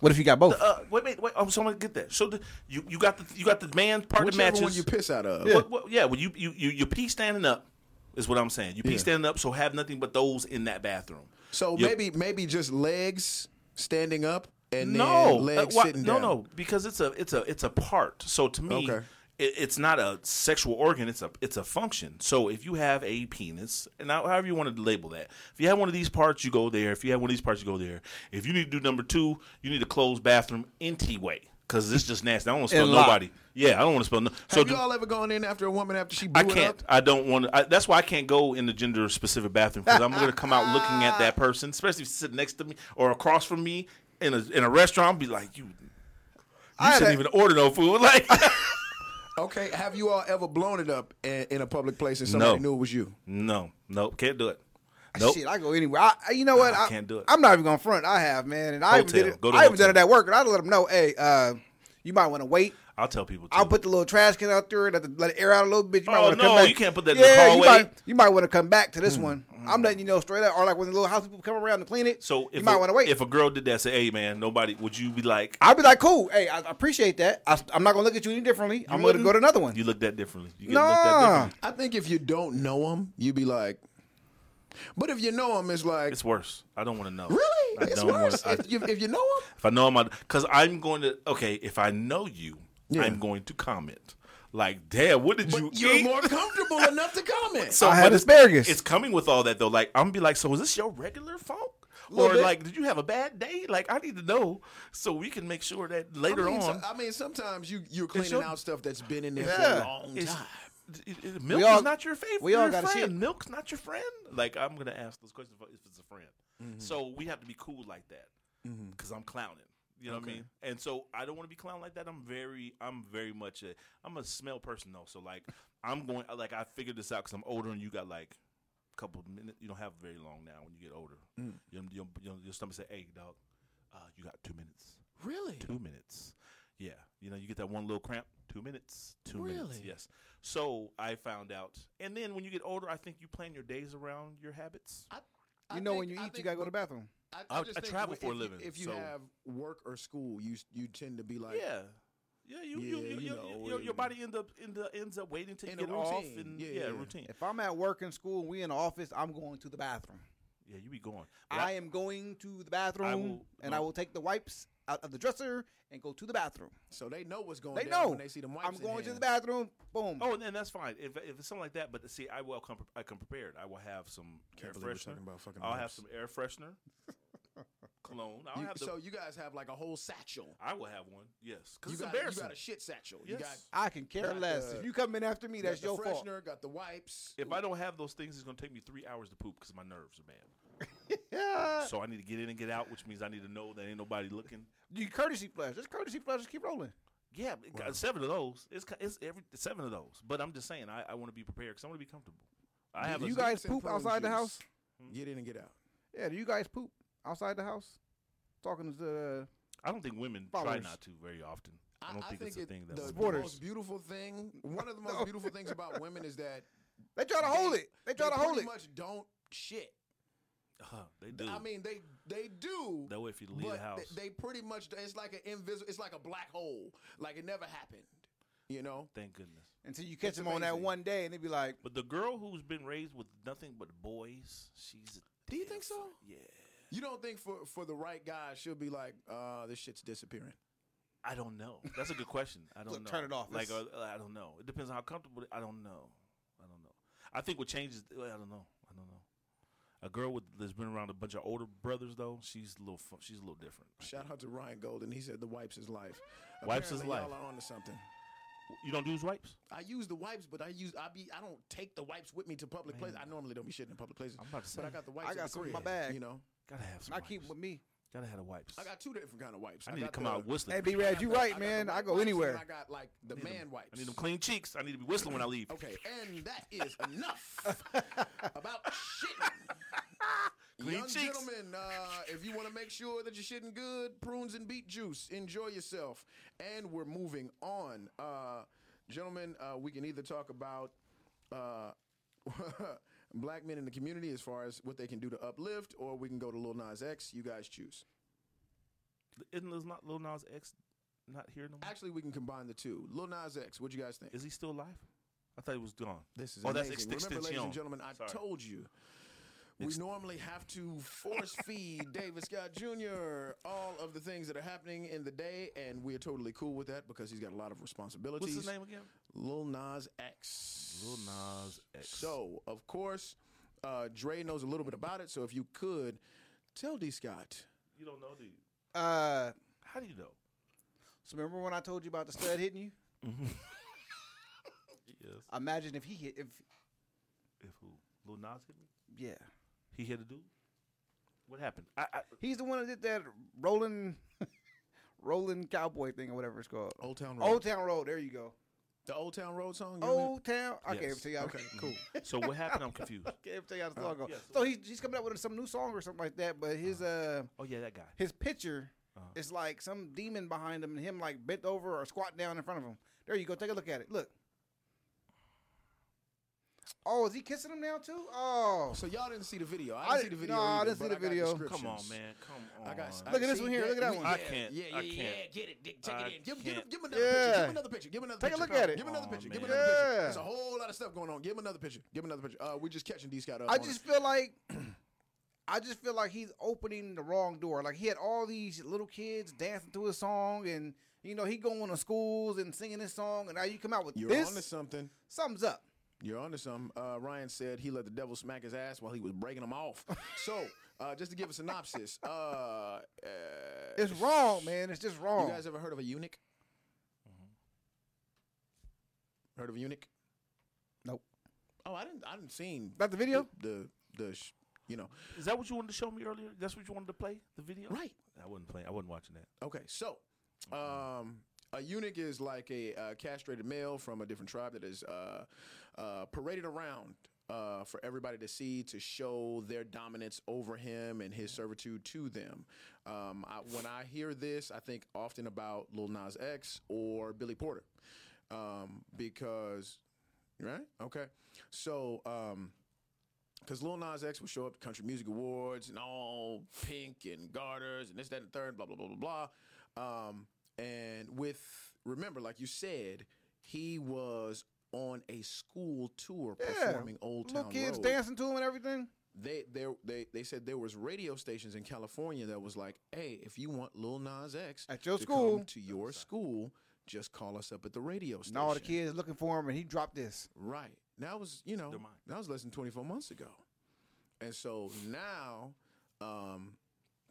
What if you got both?
uh, wait, wait, wait. I'm just gonna get that. So the, you you got the you got the man part that
Whichever
matches.
one you piss out of.
What, what, yeah, well, you you you your pee standing up is what I'm saying. You pee
Yeah.
standing up, so have nothing but those in that bathroom.
So
Your-
maybe maybe just legs standing up and
no,
then legs
uh, why-
sitting
no,
down.
no, because it's a it's a it's a part. So to me,
Okay.
it, it's not a sexual organ. It's a it's a function. So if you have a penis, and how- however you want to label that, if you have one of these parts, you go there. If you have one of these parts, you go there. If you need to do number two, you need to close bathroom empty way because it's just nasty. I don't want to
And
spell
lock.
nobody. Yeah, I don't want to spell. No- so
Have
do,
you all ever gone in after a woman after she blew
I
it
can't.
up?
I don't want to. I, that's why I can't go in the gender specific bathroom because I'm going to come out looking at that person, especially if you sit next to me or across from me in a in a restaurant. I'll be like, you, you
had
shouldn't
a-
even order no food. Like,
Okay. Have you all ever blown it up in, in a public place and somebody
No.
knew it was you?
no, nope, can't do it. Nope.
Shit, I go anywhere. I, I- you know what?
I can't do it.
I'm not even gonna front. I have, man, and I even did
Hotel.
it.
Go to
I even done it
hotel.
at work, and I let them know, hey, uh, you might want to wait.
I'll tell people. Too.
I'll put the little trash can out there, let, the, let it air out a little bit. You might
Oh,
want to
no,
come back.
you can't put that in the
yeah,
hallway.
You might, you might want to come back to
Hmm.
this one. I'm letting you know straight up, or like when the little house people come around to clean it.
So if
you might
a-
want to wait.
If a girl did that, say, "Hey, man, nobody," would you be like? "Ah,
I'll be like, cool. Hey, I I appreciate that. I, am not gonna look at you any differently. I'm gonna
wouldn't?
go to another one.
You look that differently. You get looked that
Nah.
differently.
I think if you don't know him, you'd be like. But if you know him, it's like
It's worse. I don't want to know.
really.
I
it's
don't wanna-
worse
I-
if, you, if you know him.
If I know I'm because I'm going to okay. If I know you,
Yeah.
I'm going to comment. Like, damn, what did you
But you're
eat?
more comfortable enough to comment.
So
I had
but it's-
asparagus.
It's coming with all that though. Like I'm gonna be like, so is this your regular folk?
Little
Or
bit.
like, did you have a bad day? Like I need to know so we can make sure that later
I mean, so-
on.
I mean, sometimes you you're cleaning
your-
out stuff that's been in there for a
Yeah.
long
it's-
time.
it- it- milk
all-
is not your favorite.
we all
got
gotta see
friend.
it.
Milk's not your friend. Mm-hmm. Like I'm gonna ask those questions if it's a friend. So we have to be cool like that because I'm clowning. You know what I mean? And so I don't want to be clown like that. I'm very, I'm very much a, I'm a smell person though. So like I'm going, like I figured this out because I'm older and you got like a couple of minutes. You don't have very long now when you get older. Your, your, your, your stomach say, "Hey, dog, uh, you got two minutes."
Really?
two minutes. Yeah, you know, you get that one little cramp. Two minutes. Two minutes.
Really?
Yes. So I found out, and then when you get older, I think you plan your days around your habits.
I,
You know when you eat, you gotta go to the bathroom.
I,
I-
just
I
think
travel
if
for a
you-
living,
If you
so-
have work or school, you you tend to be like,
yeah. Yeah, you, you,
Yeah,
you,
you
you,
know,
you- your- your
and-
body end up end up, ends up waiting till you
In a
get off
routine.
and
Yeah,
yeah,
yeah.
routine.
If I'm at work and school and we in the office, I'm going to the bathroom.
Yeah, you be going. But
I am going to the bathroom
I will-
and I will take the wipes out of the dresser and go to the bathroom.
So they know what's going
They
down
know
when they see them wipes.
I'm
in
going to
hand.
the bathroom. Boom.
Oh, and then that's fine. If, if it's something like that, but see, I will come. pre- I come prepared. I will have some
Can't
air
believe we're
freshener.
talking about fucking
I'll have
wipes.
some air freshener, cologne. I'll
You-
have the,
so you guys have like a whole satchel.
I will have one. Yes,
You
because Oh, it's
got, you
embarrassing.
got a shit satchel. You
Yes.
got,
I can care
Got
less.
the-
if you come in after me,
you got
that's
the
your fault.
freshener. Got the wipes.
If I don't have those things, it's gonna take me three hours to poop because my nerves are bad. so I need to get in and get out, which means I need to know that ain't nobody looking.
You courtesy flush. Just courtesy flush. Just keep rolling.
Yeah, it got seven of those. It's ca- it's every seven of those. But I'm just saying, I, I want to be prepared because I want to be comfortable. I have
Do
a,
you guys
Dicks and
poop
prune
outside the
juice.
house?
Get in and get out.
Yeah. Do you guys poop outside the house? Talking to the
I don't think women try
Followers.
not to very often. I don't think, it's a
it-
thing that
the, the
women do.
Supporters.
most beautiful thing. One of the most
No.
beautiful things about women is that
they try to hold it. They try to hold
pretty
it.
Much don't shit.
Uh, they do.
I mean, they they do.
That way if you leave the
but
house.
they, they pretty much. It's like an invisible. It's like a black hole. Like it never happened. You know.
thank goodness.
Until you catch
It's
them on that
amazing.
one day and they be like,
But the girl who's been raised with nothing but boys, she's. a
Do you think so?
different- Yeah.
You don't think for for the right guy, she'll be like, uh, this shit's disappearing.
I don't know. That's a good question. I don't
Look,
know.
turn it off.
Like
It's-
uh, I don't know. It depends on how comfortable. I don't know. I don't know. I think what changes. I don't know. I don't know. A girl with that's been around a bunch of older brothers though, she's a little. Fu- she's a little different.
Shout out to Ryan Golden. He said the wipes is life.
Wipes is
Apparently,
life.
Y'all are onto something.
You don't use wipes.
I use the wipes, but I use I be I don't take the wipes with me to public places. I normally don't be shitting in public places.
I'm about to
but I
say,
got the wipes.
I
at
got
the
some in
crib,
my bag.
You know,
Gotta have some.
I
wipes.
keep with me.
Gotta have the wipes.
I got two different kind of wipes.
I need to
got
come
the-
out whistling.
Hey, B Rad, you
I
right,
got
man.
the
I
wipes,
go
and
anywhere.
I got like the man wipes.
I need them clean cheeks. I need to be whistling when I leave.
Okay, and that is enough about shitting.
Clean
Young
cheeks.
gentlemen, uh, if you want to make sure that you're shitting good, prunes and beet juice. Enjoy yourself. And we're moving on. Uh, gentlemen, uh, we can either talk about uh, black men in the community as far as what they can do to uplift, or we can go to Lil Nas X. You guys choose.
Isn't Lil Nas- Lil Nas X not here no more?
Actually, we can combine the two. Lil Nas X, what do you guys think?
Is he still alive? I thought he was gone.
This is
oh,
amazing.
that's
Remember,
extension.
ladies and gentlemen, I
Sorry.
told you. We
Ext-
normally have to force feed David Scott Jr. all of the things that are happening in the day, and we're totally cool with that because he's got a lot of responsibilities.
What's his name again?
Lil Nas X.
Lil Nas X.
So, of course, uh, Dre knows a little bit about it. So, if you could tell D Scott,
you don't know, do you?
Uh,
How do you know?
so remember when I told you about the stud hitting you?
Yes.
Imagine if he hit. If
If who? Lil Nas hit me?
yeah,
He hit a dude? What happened? I, I
he's the one that did that rolling, rolling cowboy thing or whatever it's called.
Old Town Road.
Old Town Road. There you go.
the Old Town Road song. you remember?
Old Town. I can't
Yes.
even tell you. how-
Okay, Uh, cool.
so what happened? I'm confused.
can't even tell you how the song goes.
yes.
oh. So he's he's coming up with some new song or something like that. But his
Uh-huh.
uh
Oh yeah, that guy.
his picture is like some demon behind him and him like bent over or squat down in front of him. There you go. Take a look at it. Look. Oh, is he kissing him now too? Oh,
So, y'all didn't see the video. I
I
didn't see the
didn't-
video.
no, I
either,
didn't see
but
the
got
video. Come
Come on,
descriptions.
man. Come on.
I got.
Look at this
see
one here, look at that
we-
one.
I
yeah,
can't,
Yeah, yeah,
I
yeah.
can't.
Get it. Dick, Take
I
it in. Give, give,
can't.
give him another picture. Give
Yeah.
him another picture. Give him another
Take a
picture.
look at it.
Give him another
Aw,
picture. Give him
man.
another picture.
Yeah.
There's a whole lot of stuff going on. Give him another picture. Give him another picture. Uh, we just catching D Scott up.
I
on
just
it.
feel like I just feel like he's opening the wrong door. Like he had all these little kids dancing to his song and You know, he going to schools and singing this song, and now you come out with
You're
this.
onto something.
Something's up.
You're onto something. Uh, Ryan said he let the devil smack his ass while he was breaking him off. so, uh, just to give a synopsis, uh,
It's wrong, man. It's just wrong.
you guys ever heard of a eunuch?
Mm-hmm.
Heard of a eunuch?
nope.
Oh, I didn't. I didn't seen
About the video?
The the, the sh- you know.
Is that what you wanted to show me earlier? That's what you wanted to play the video.
Right.
I wasn't playing. I wasn't watching that.
Okay, so um, a eunuch is like a uh, castrated male from a different tribe that is uh, uh, paraded around. Uh, for everybody to see to show their dominance over him and his servitude to them. Um, I, when I hear this, I think often about Lil Nas X or Billy Porter, um, because right? Okay, so. Um, because Lil Nas X would show up to country music awards and all pink and garters and this, that, and the third, blah, blah, blah, blah, blah. Um, and with, remember, like you said, he was on a school tour performing Old Town
Little kids
Road.
dancing to him and everything.
They, they, they, they said there was radio stations in California that was like, hey, if you want Lil Nas X
At your
to
school."
come to your school, just call us up at the radio station.
And all the kids looking for him, and he dropped this.
Right. That was, you know,
mind.
that was less than 24 months ago. And so now, um,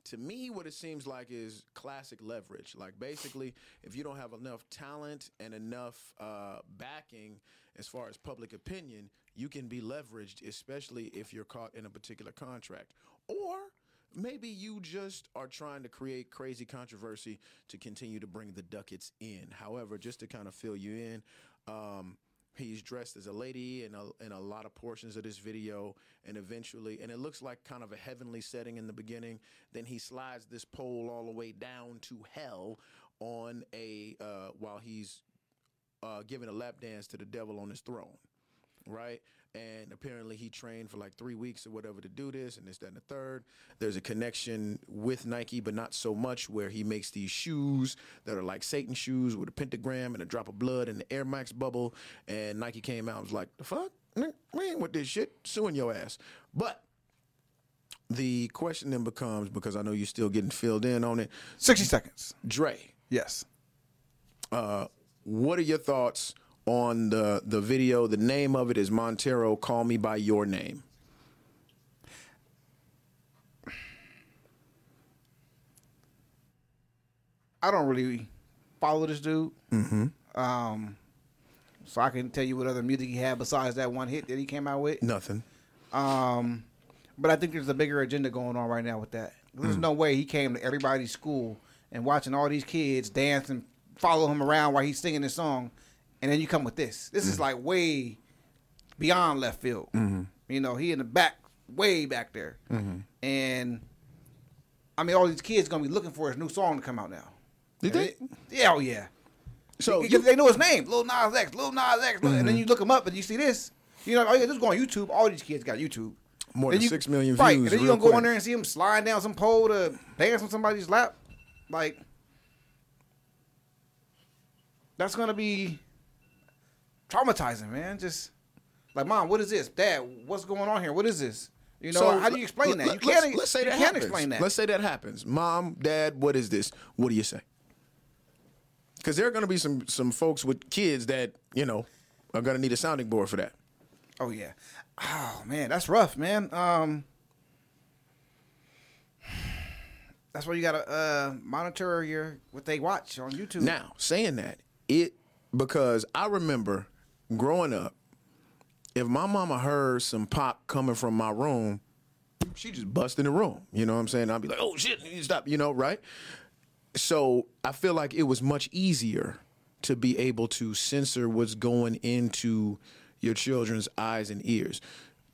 to me, what it seems like is classic leverage. Like basically, if you don't have enough talent and enough uh, backing as far as public opinion, you can be leveraged, especially if you're caught in a particular contract. Or maybe you just are trying to create crazy controversy to continue to bring the ducats in. However, just to kind of fill you in, um, He's dressed as a lady in a, in a lot of portions of this video, and eventually, and it looks like kind of a heavenly setting in the beginning. Then he slides this pole all the way down to hell on a uh, while he's uh, giving a lap dance to the devil on his throne, right? And apparently, he trained for like three weeks or whatever to do this, and this, that, and the third. There's a connection with Nike, but not so much, where he makes these shoes that are like Satan shoes with a pentagram and a drop of blood and the Air Max bubble. And Nike came out and was like, the fuck? Nigga, We ain't with this shit. Suing your ass. But the question then becomes because I know you're still getting filled in on it,
60 seconds.
Dre. uh,
Yes.
What are your thoughts on the the video? The name of it is Montero. Call me by your name.
I don't really follow this dude. Mm-hmm. Um, so I can tell you what other music he had besides that one hit that he came out with.
Nothing.
Um, but I think there's a bigger agenda going on right now with that. There's no way he came to everybody's school and watching all these kids dance and follow him around while he's singing this song, and then you come with this. This is like way beyond left field. You know, he in the back, way back there, and I mean, all these kids gonna be looking for his new song to come out now.
Did
And
they?
it- yeah, oh yeah.
So Oh,
Because
you- Mm-hmm.
they know his name, Lil Nas X, Lil Nas X, and then you look him up and you see this. You know, oh yeah, just go on YouTube. All these kids got YouTube.
More
Then
than
you-
six million
right,
views
And then you
real
gonna go
quick.
on there and see him sliding down some pole to dance on somebody's lap, like that's gonna be traumatizing, man. Just like, mom, what is this? Dad, what's going on here? What is this? You know, how do you explain that? You
let-
can't. e,
let's- Let's say
you
that
can't
happens.
explain that.
Let's say that happens. Mom, Dad, what is this? What do you say? Because there are going to be some some folks with kids that you know are going to need a sounding board for that.
Oh yeah. Oh man, that's rough, man. Um That's why you gotta uh monitor your what they watch on YouTube.
Now, saying that, it because I remember growing up, if my mama heard some pop coming from my room, she just bust in the room. You know what I'm saying? I'd be like, oh shit, you stop, you know, right? So I feel like it was much easier to be able to censor what's going into your children's eyes and ears.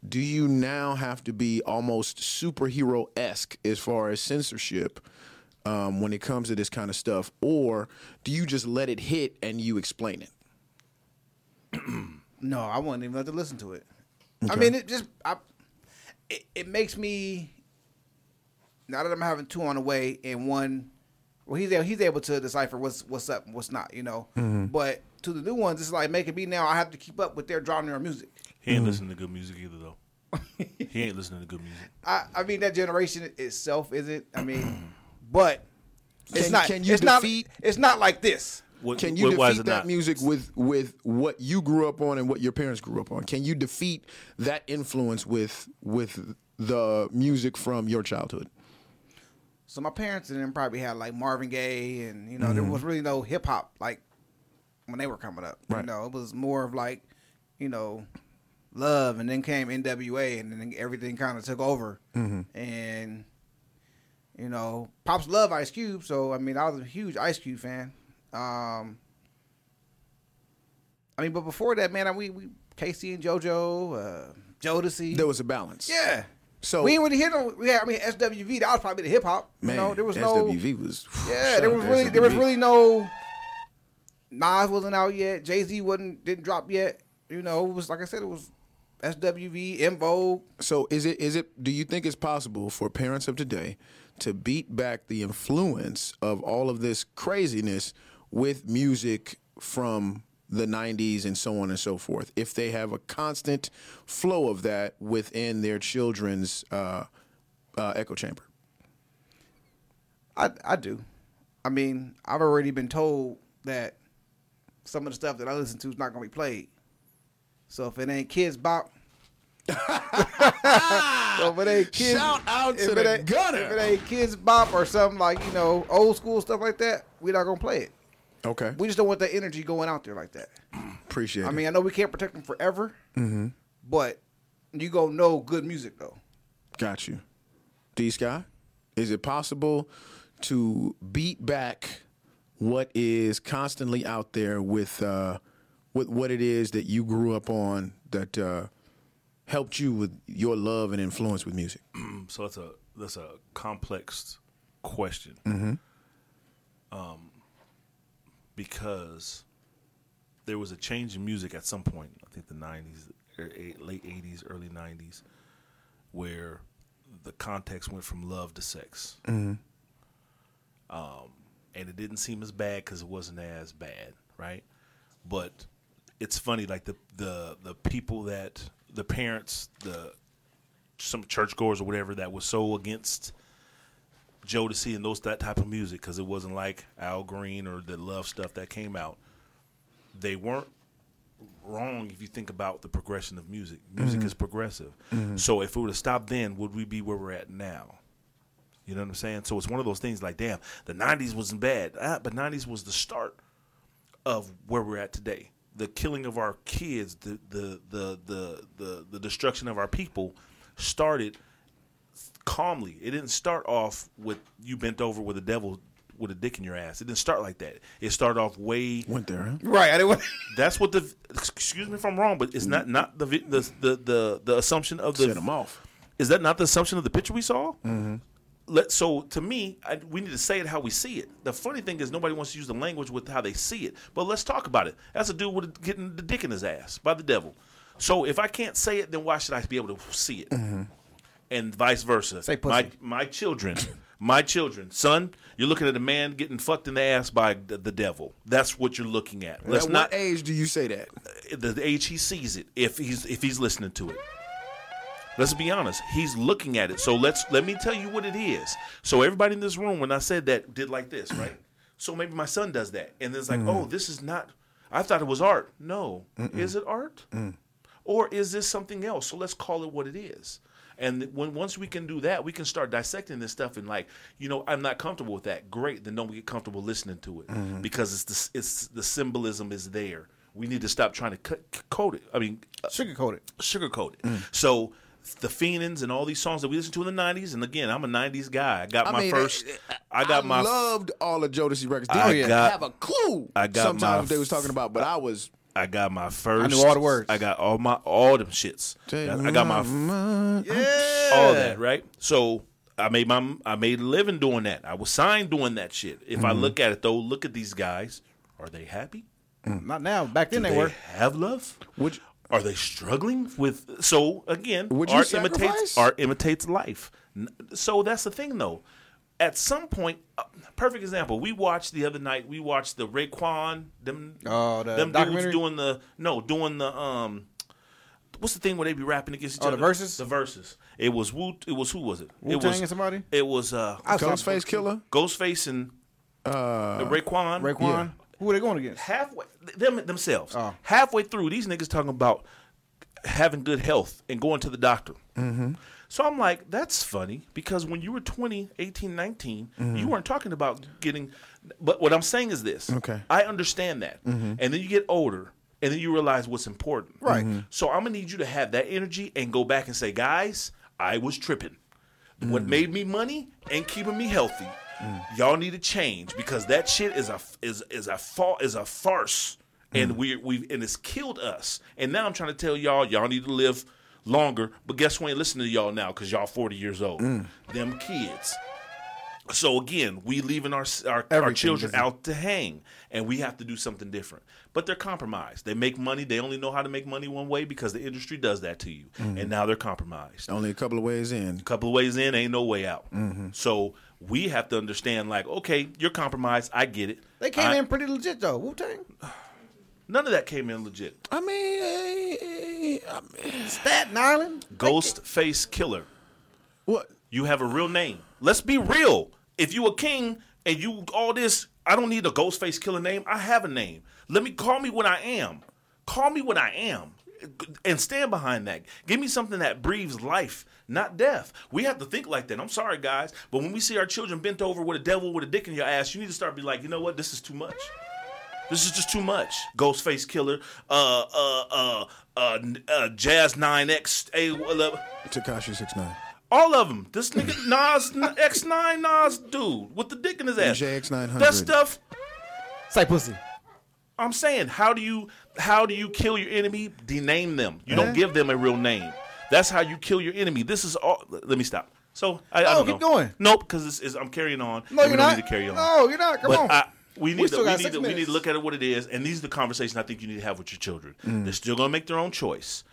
Do you now have to be almost superhero esque as far as censorship um, when it comes to this kind of stuff? Or do you just let it hit and you explain it?
No, I wouldn't even have to listen to it. I
Okay.
mean it just I it, it makes me now that I'm having two on the way and one well he's able, he's able to decipher what's what's up and what's not, you know.
Mm-hmm.
But to the new ones, it's like making me now I have to keep up with their genre of music.
He ain't listening to good music either, though. he ain't listening to good music.
I, I mean that generation itself isn't. I mean, but It's
Can-
not.
can you
it's
defeat-
not. It's not like this.
What-
Can you
what- why is
defeat
it
that
not?
music with with what you grew up on and what your parents grew up on? Can you defeat that influence with with the music from your childhood?
So my parents and them probably had like Marvin Gaye, and you know
Mm-hmm.
there was really no hip hop like when they were coming up.
Right.
You know, it was more of like you know love, and then came NWA, and then everything kind of took over.
Mm-hmm.
And you know, pops love Ice Cube, so I mean, I was a huge Ice Cube fan. Um, I mean, but before that, man, I, we we Casey and JoJo, uh, Jodeci.
There was a balance.
Yeah.
So-
we ain't really hear no. Yeah, I mean SWV. That was probably the hip hop. You
Man,
know, there was no.
SWV was
Yeah, there was really there was really no. Nas wasn't out yet. Jay Z wasn't didn't drop yet. You know, it was like I said, it was SWV, M Vogue.
So is it is it do you think it's possible for parents of today to beat back the influence of all of this craziness with music from the 90s and so on and so forth if they have a constant flow of that within their children's uh, uh, echo chamber?
I I do. I mean, I've already been told that some of the stuff that I listen to is not gonna be played. So if it ain't kids bop. so if it ain't kids,
Shout out
if
to
it
the
ain't-
gunner.
If it ain't kids bop or something like you know old school stuff like that, we're not gonna play it.
Okay.
We just don't want that energy going out there like that.
appreciate it.
I mean, I know we can't protect them forever, Mm-hmm. but you gonna know good music though.
Got you. D Sky, is it possible to beat back what is constantly out there with uh, with what it is that you grew up on that uh, helped you with your love and influence with music?
Um, So that's a that's a complex question. Um, because there was a change in music at some point. I think the '90s, er, eight- late '80s, early '90s, where the context went from love to sex. Um, and it didn't seem as bad because it wasn't as bad, right? But it's funny, like the the the people that the parents, the some churchgoers or whatever that was so against Jodeci and those that type of music because it wasn't like Al Green or the love stuff that came out. They weren't wrong if you think about the progression of music. Music is progressive. So if it would have stopped then, would we be where we're at now? You know what I'm saying? So it's one of those things like, damn, the '90s wasn't bad, ah, but '90s was the start of where we're at today. The killing of our kids, the the the the the, the destruction of our people, started calmly. It didn't start off with you bent over with a devil with a dick in your ass. It didn't start like that. It started off way.
Went there, huh?
Right. I didn't want.
That's what the. Excuse me if I'm wrong, but it's not not the vi- the the the, the assumption of the
Set them off.
is that not the assumption of the picture we saw? Mm-hmm. Let so to me, I, we need to say it how we see it. The funny thing is nobody wants to use the language with how they see it. But let's talk about it. That's a dude with a- getting the dick in his ass by the devil. So if I can't say it, then why should I be able to see it?
Mm-hmm.
And vice versa.
Say pussy.
My my children, my children, son, you're looking at a man getting fucked in the ass by the, the devil. That's what you're looking at. Let's
At
not Uh,
what age do you say that?
the, the age he sees it if he's if he's listening to it let's be honest he's looking at it so let's let me tell you what it is so everybody in this room when i said that did like this right so maybe my son does that and it's like oh this is not i thought it was art no is it art or is this something else so let's call it what it is and when once we can do that we can start dissecting this stuff and like you know i'm not comfortable with that great then don't get comfortable listening to it because it's the, it's the symbolism is there we need to stop trying to cut, code it i mean uh,
Sugarcoat it.
sugarcoat it. So the Fiendins and all these songs that we listened to in the '90s, and again, I'm a '90s guy. I got
I
my
mean,
first. I got my.
loved all of Jodeci records. Didn't
I
even
got-
have a clue.
I got
sometimes
my
what they was talking about, but I was
I got my first.
I knew all the words.
I got all my all them shits. I got my all that right. So I made my I made a living doing that. I was signed doing that shit. If I look at it though, look at these guys. Are they happy?
Not now. Back then
Do
they, were.
have love.
Would-
are they struggling with? So again,
Would you
art
sacrifice?
imitates art imitates life. N- So that's the thing, though. At some point, uh, perfect example. We watched the other night. We watched the Raekwon them.
Oh, the
them
documentary?
dudes doing the no doing the um. What's the thing where they be rapping against each
Oh, the
other?
verses?
The verses. It was Wu. It was who was it? it
Wu-Tang
was
and somebody?
It was uh,
I was
Ghostface Killer.
Ghostface and Uh, Raekwon.
Raekwon. Who are they going against?
halfway them themselves
Oh.
halfway through these niggas talking about having good health and going to the doctor so i'm like that's funny because when you were 20 18 19 you weren't talking about getting but what i'm saying is this
Okay.
i understand that and then you get older and then you realize what's important right so i'm gonna need you to have that energy and go back and say guys i was tripping what made me money and keeping me healthy. Y'all need to change because that shit is a is is a fa- is a farce, and we we have and it's killed us. And now I'm trying to tell y'all y'all need to live longer. But guess what? Listen to y'all now because y'all 40 years old. Them kids. So again, we leaving our our, our
Everything
children
doesn't-
out to hang, and we have to do something different. But they're compromised. They make money. They only know how to make money one way because the industry does that to you, and now they're compromised
Only a couple of ways in.
couple of ways in, ain't no way out. So we have to understand, like, okay, you're compromised. I get it.
They came
I-
in pretty legit though. Wu Tang.
None of that came in legit.
I mean, eh, eh, I mean,
Staten Island.
Ghost face killer.
what?
You have a real name. Let's be real. If you a king and you all this, I don't need a ghost face killer name. I have a name. Let me call me what I am. Call me what I am. And stand behind that. Give me something that breathes life, not death. We have to think like that. I'm sorry, guys, but when we see our children bent over with a devil with a dick in your ass, you need to start be like, you know what? This is too much. This is just too much. Ghostface Killer, uh, uh, uh, uh, n- uh Jazz Nine X, A,
Takashi six nine.
all of them. This nigga Nas X9 Nas dude with the dick in his ass.
JX900.
That stuff.
It's like pussy.
I'm saying, how do you how do you kill your enemy? Dename them. You
Eh?
don't give them a real name. That's how you kill your enemy. This is all. Let me stop. So I, I
No,
don't
keep
know.
going.
Nope, because I'm carrying on.
No,
and we
you're
don't
not.
Need to carry on.
No, you're not. Come
but
on.
I, we need
still
to, we
got
need
six
to, we need
minutes.
to look at it what it is, and these are the conversations I think you need to have with your children. They're still gonna make their own choice.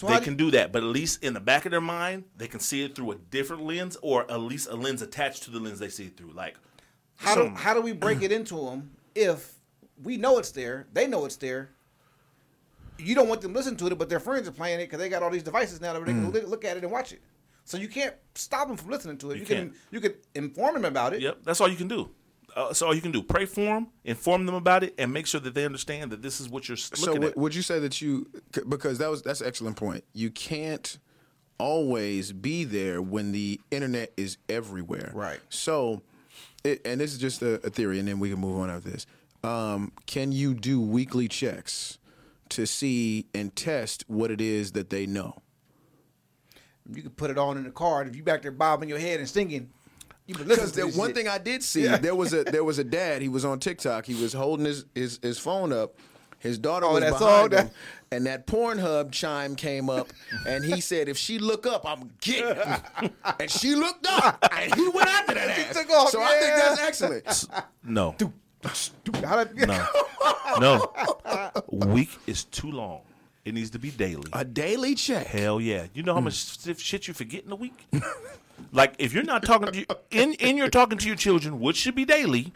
Mm. how
they
do-
can do that, but at least in the back of their mind, they can see it through a different lens, or at least a lens attached to the lens they see it through. Like,
How do
Hmm.
some-
how do we break it into them if we know it's there? They know it's there. You don't want them to listen to it, but their friends are playing it because they got all these devices now that they
Hmm.
can look- look at it and watch it. So you can't stop them from listening to it. You,
You
can
can't.
you can inform them about it.
Yep, that's all you can do. Uh, that's all you can do. Pray for them, inform them about it, and make sure that they understand that this is what you're s-
So
looking
w-
at.
would you say that you c- because that was that's an excellent point. You can't always be there when the internet is everywhere.
Right.
So, it, and this is just a, a theory, and then we can move on after this. Um, can you do weekly checks to see and test what it is that they know?
You can put it on in the car, and if you back there bobbing your head and singing, you can listen
Because
to
the
this
one
shit.
thing I did see, there was a there was a dad. He was on TikTok. He was holding his his, his phone up. His daughter was
Oh, that's all
behind
that-
him, and that Pornhub chime came up, and he said, "If she look up, I'm getting." her." and she looked up, and he went after that ass.
took off,
so I think
yeah.
that's excellent.
No,
How did-
no, week is too long. It needs to be daily.
A daily check.
Hell yeah! You know how much stiff shit you forget in a week. like if you're not talking to in in your talking to your children, which should be daily.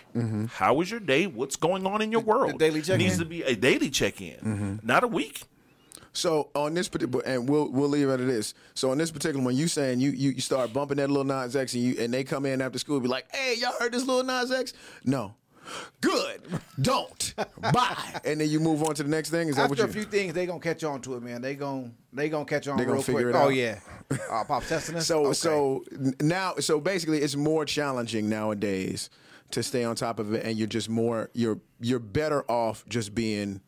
how is your day? What's going on in your world?
daily check-in.
needs to be a daily check in, not a week.
So on this particular, and we'll we'll leave it at this. So on this particular one, you saying you you, you start bumping that little Nas X, and you and they come in after school, and be like, "Hey, y'all heard this little Nas X?" No, good. Don't bye. And then you move on to the next thing. Is that
After a
what
few
you?
things, they gonna catch on to it, man. They gonna they gonna catch on
They gonna
real
figure
quick.
it
oh
out.
yeah, uh, pop testing us.
So
Okay.
so n- now so basically, it's more challenging nowadays to stay on top of it, and you're just more you're you're better off just being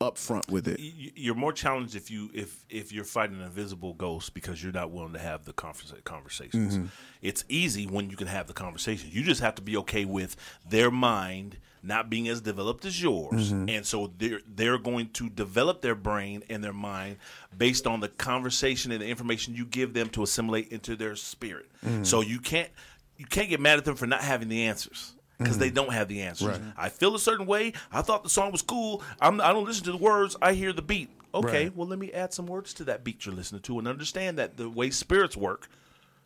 upfront with it.
Y- y- You're more challenged if you if if you're fighting an invisible ghost because you're not willing to have the conversa- conversations. It's easy when you can have the conversation. You just have to be okay with their mind not being as developed as yours, and so they're they're going to develop their brain and their mind based on the conversation and the information you give them to assimilate into their spirit. So you can't you can't get mad at them for not having the answers because they don't have the answers. I feel a certain way. I thought the song was cool. I'm, I don't listen to the words. I hear the beat. Okay,
Right.
well, let me add some words to that beat you're listening to and understand that the way spirits work,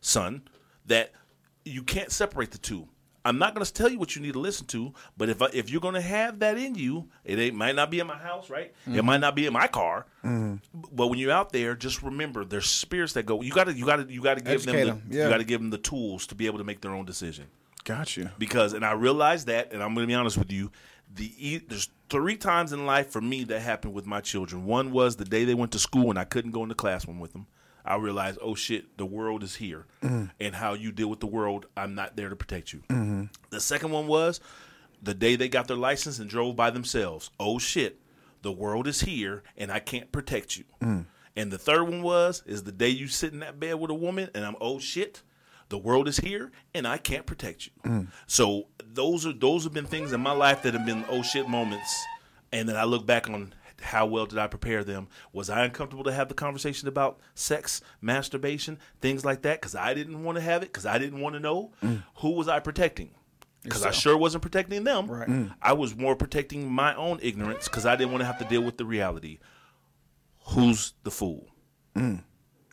son, that you can't separate the two. I'm not going to tell you what you need to listen to, but if I, if you're going to have that in you, it ain't, might not be in my house, right? It might not be in my car. B- But when you're out there, just remember there's spirits that go. You got to you got to you got to give
Educate
them,
'em,
the,
yeah.
you got to give them the tools to be able to make their own decision.
Got you.
because and I realized that and I'm going to be honest with you the e- there's three times in life for me that happened with my children one was the day they went to school and I couldn't go in the classroom with them I realized oh shit the world is here
Mm-hmm.
and how you deal with the world I'm not there to protect you the second one was the day they got their license and drove by themselves oh shit the world is here and I can't protect you and the third one was is the day you sit in that bed with a woman and I'm oh shit the world is here and I can't protect you. So those are those have been things in my life that have been oh shit moments and then I look back on how well did I prepare them? Was I uncomfortable to have the conversation about sex, masturbation, things like that cuz I didn't want to have it cuz I didn't want to know who was I protecting? Because I sure wasn't protecting them. Right. I was more protecting my own ignorance because I didn't want to have to deal with the reality. Who's the fool?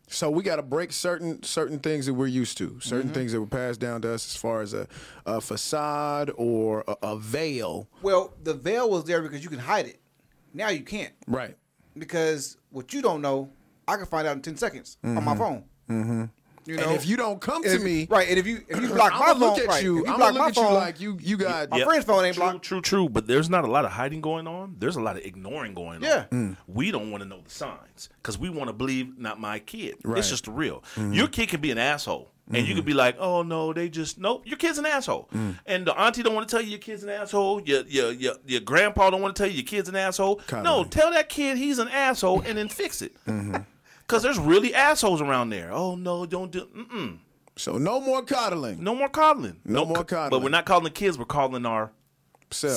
So we got to break certain certain things that we're used to, certain
Mm-hmm.
things that were passed down to us as far as a, a facade or a, a veil.
Well, the veil was there because you can hide it. Now you can't
Right.
because what you don't know, I can find out in ten seconds on my phone. Mm-hmm. You know,
And if you don't come to
if-
me,
right? And if you if you block
I'm
my
gonna
phone,
look at
right,
you.
if you
I'm
block
gonna
my
look at
phone,
you like you you got
My friend's phone ain't
true,
blocked.
True, true, but there's not a lot of hiding going on. There's a lot of ignoring going
Yeah.
Mm.
on. We don't want to know the signs because we want to believe not my kid.
Right. Mm-hmm.
It's just the real. Your kid can be an asshole. And you could be like, oh no, they just nope. Your kid's an asshole,
Mm.
and the auntie don't want to tell you your kid's an asshole. Your your your, your grandpa don't want to tell you your kid's an asshole. No,
Constantly.
tell that kid he's an asshole and then fix it, because
Mm-hmm.
there's really assholes around there. Oh no, don't do. Mm-mm.
so no more coddling.
No more coddling.
No more
co-
coddling.
But we're not calling the kids. We're calling ourselves.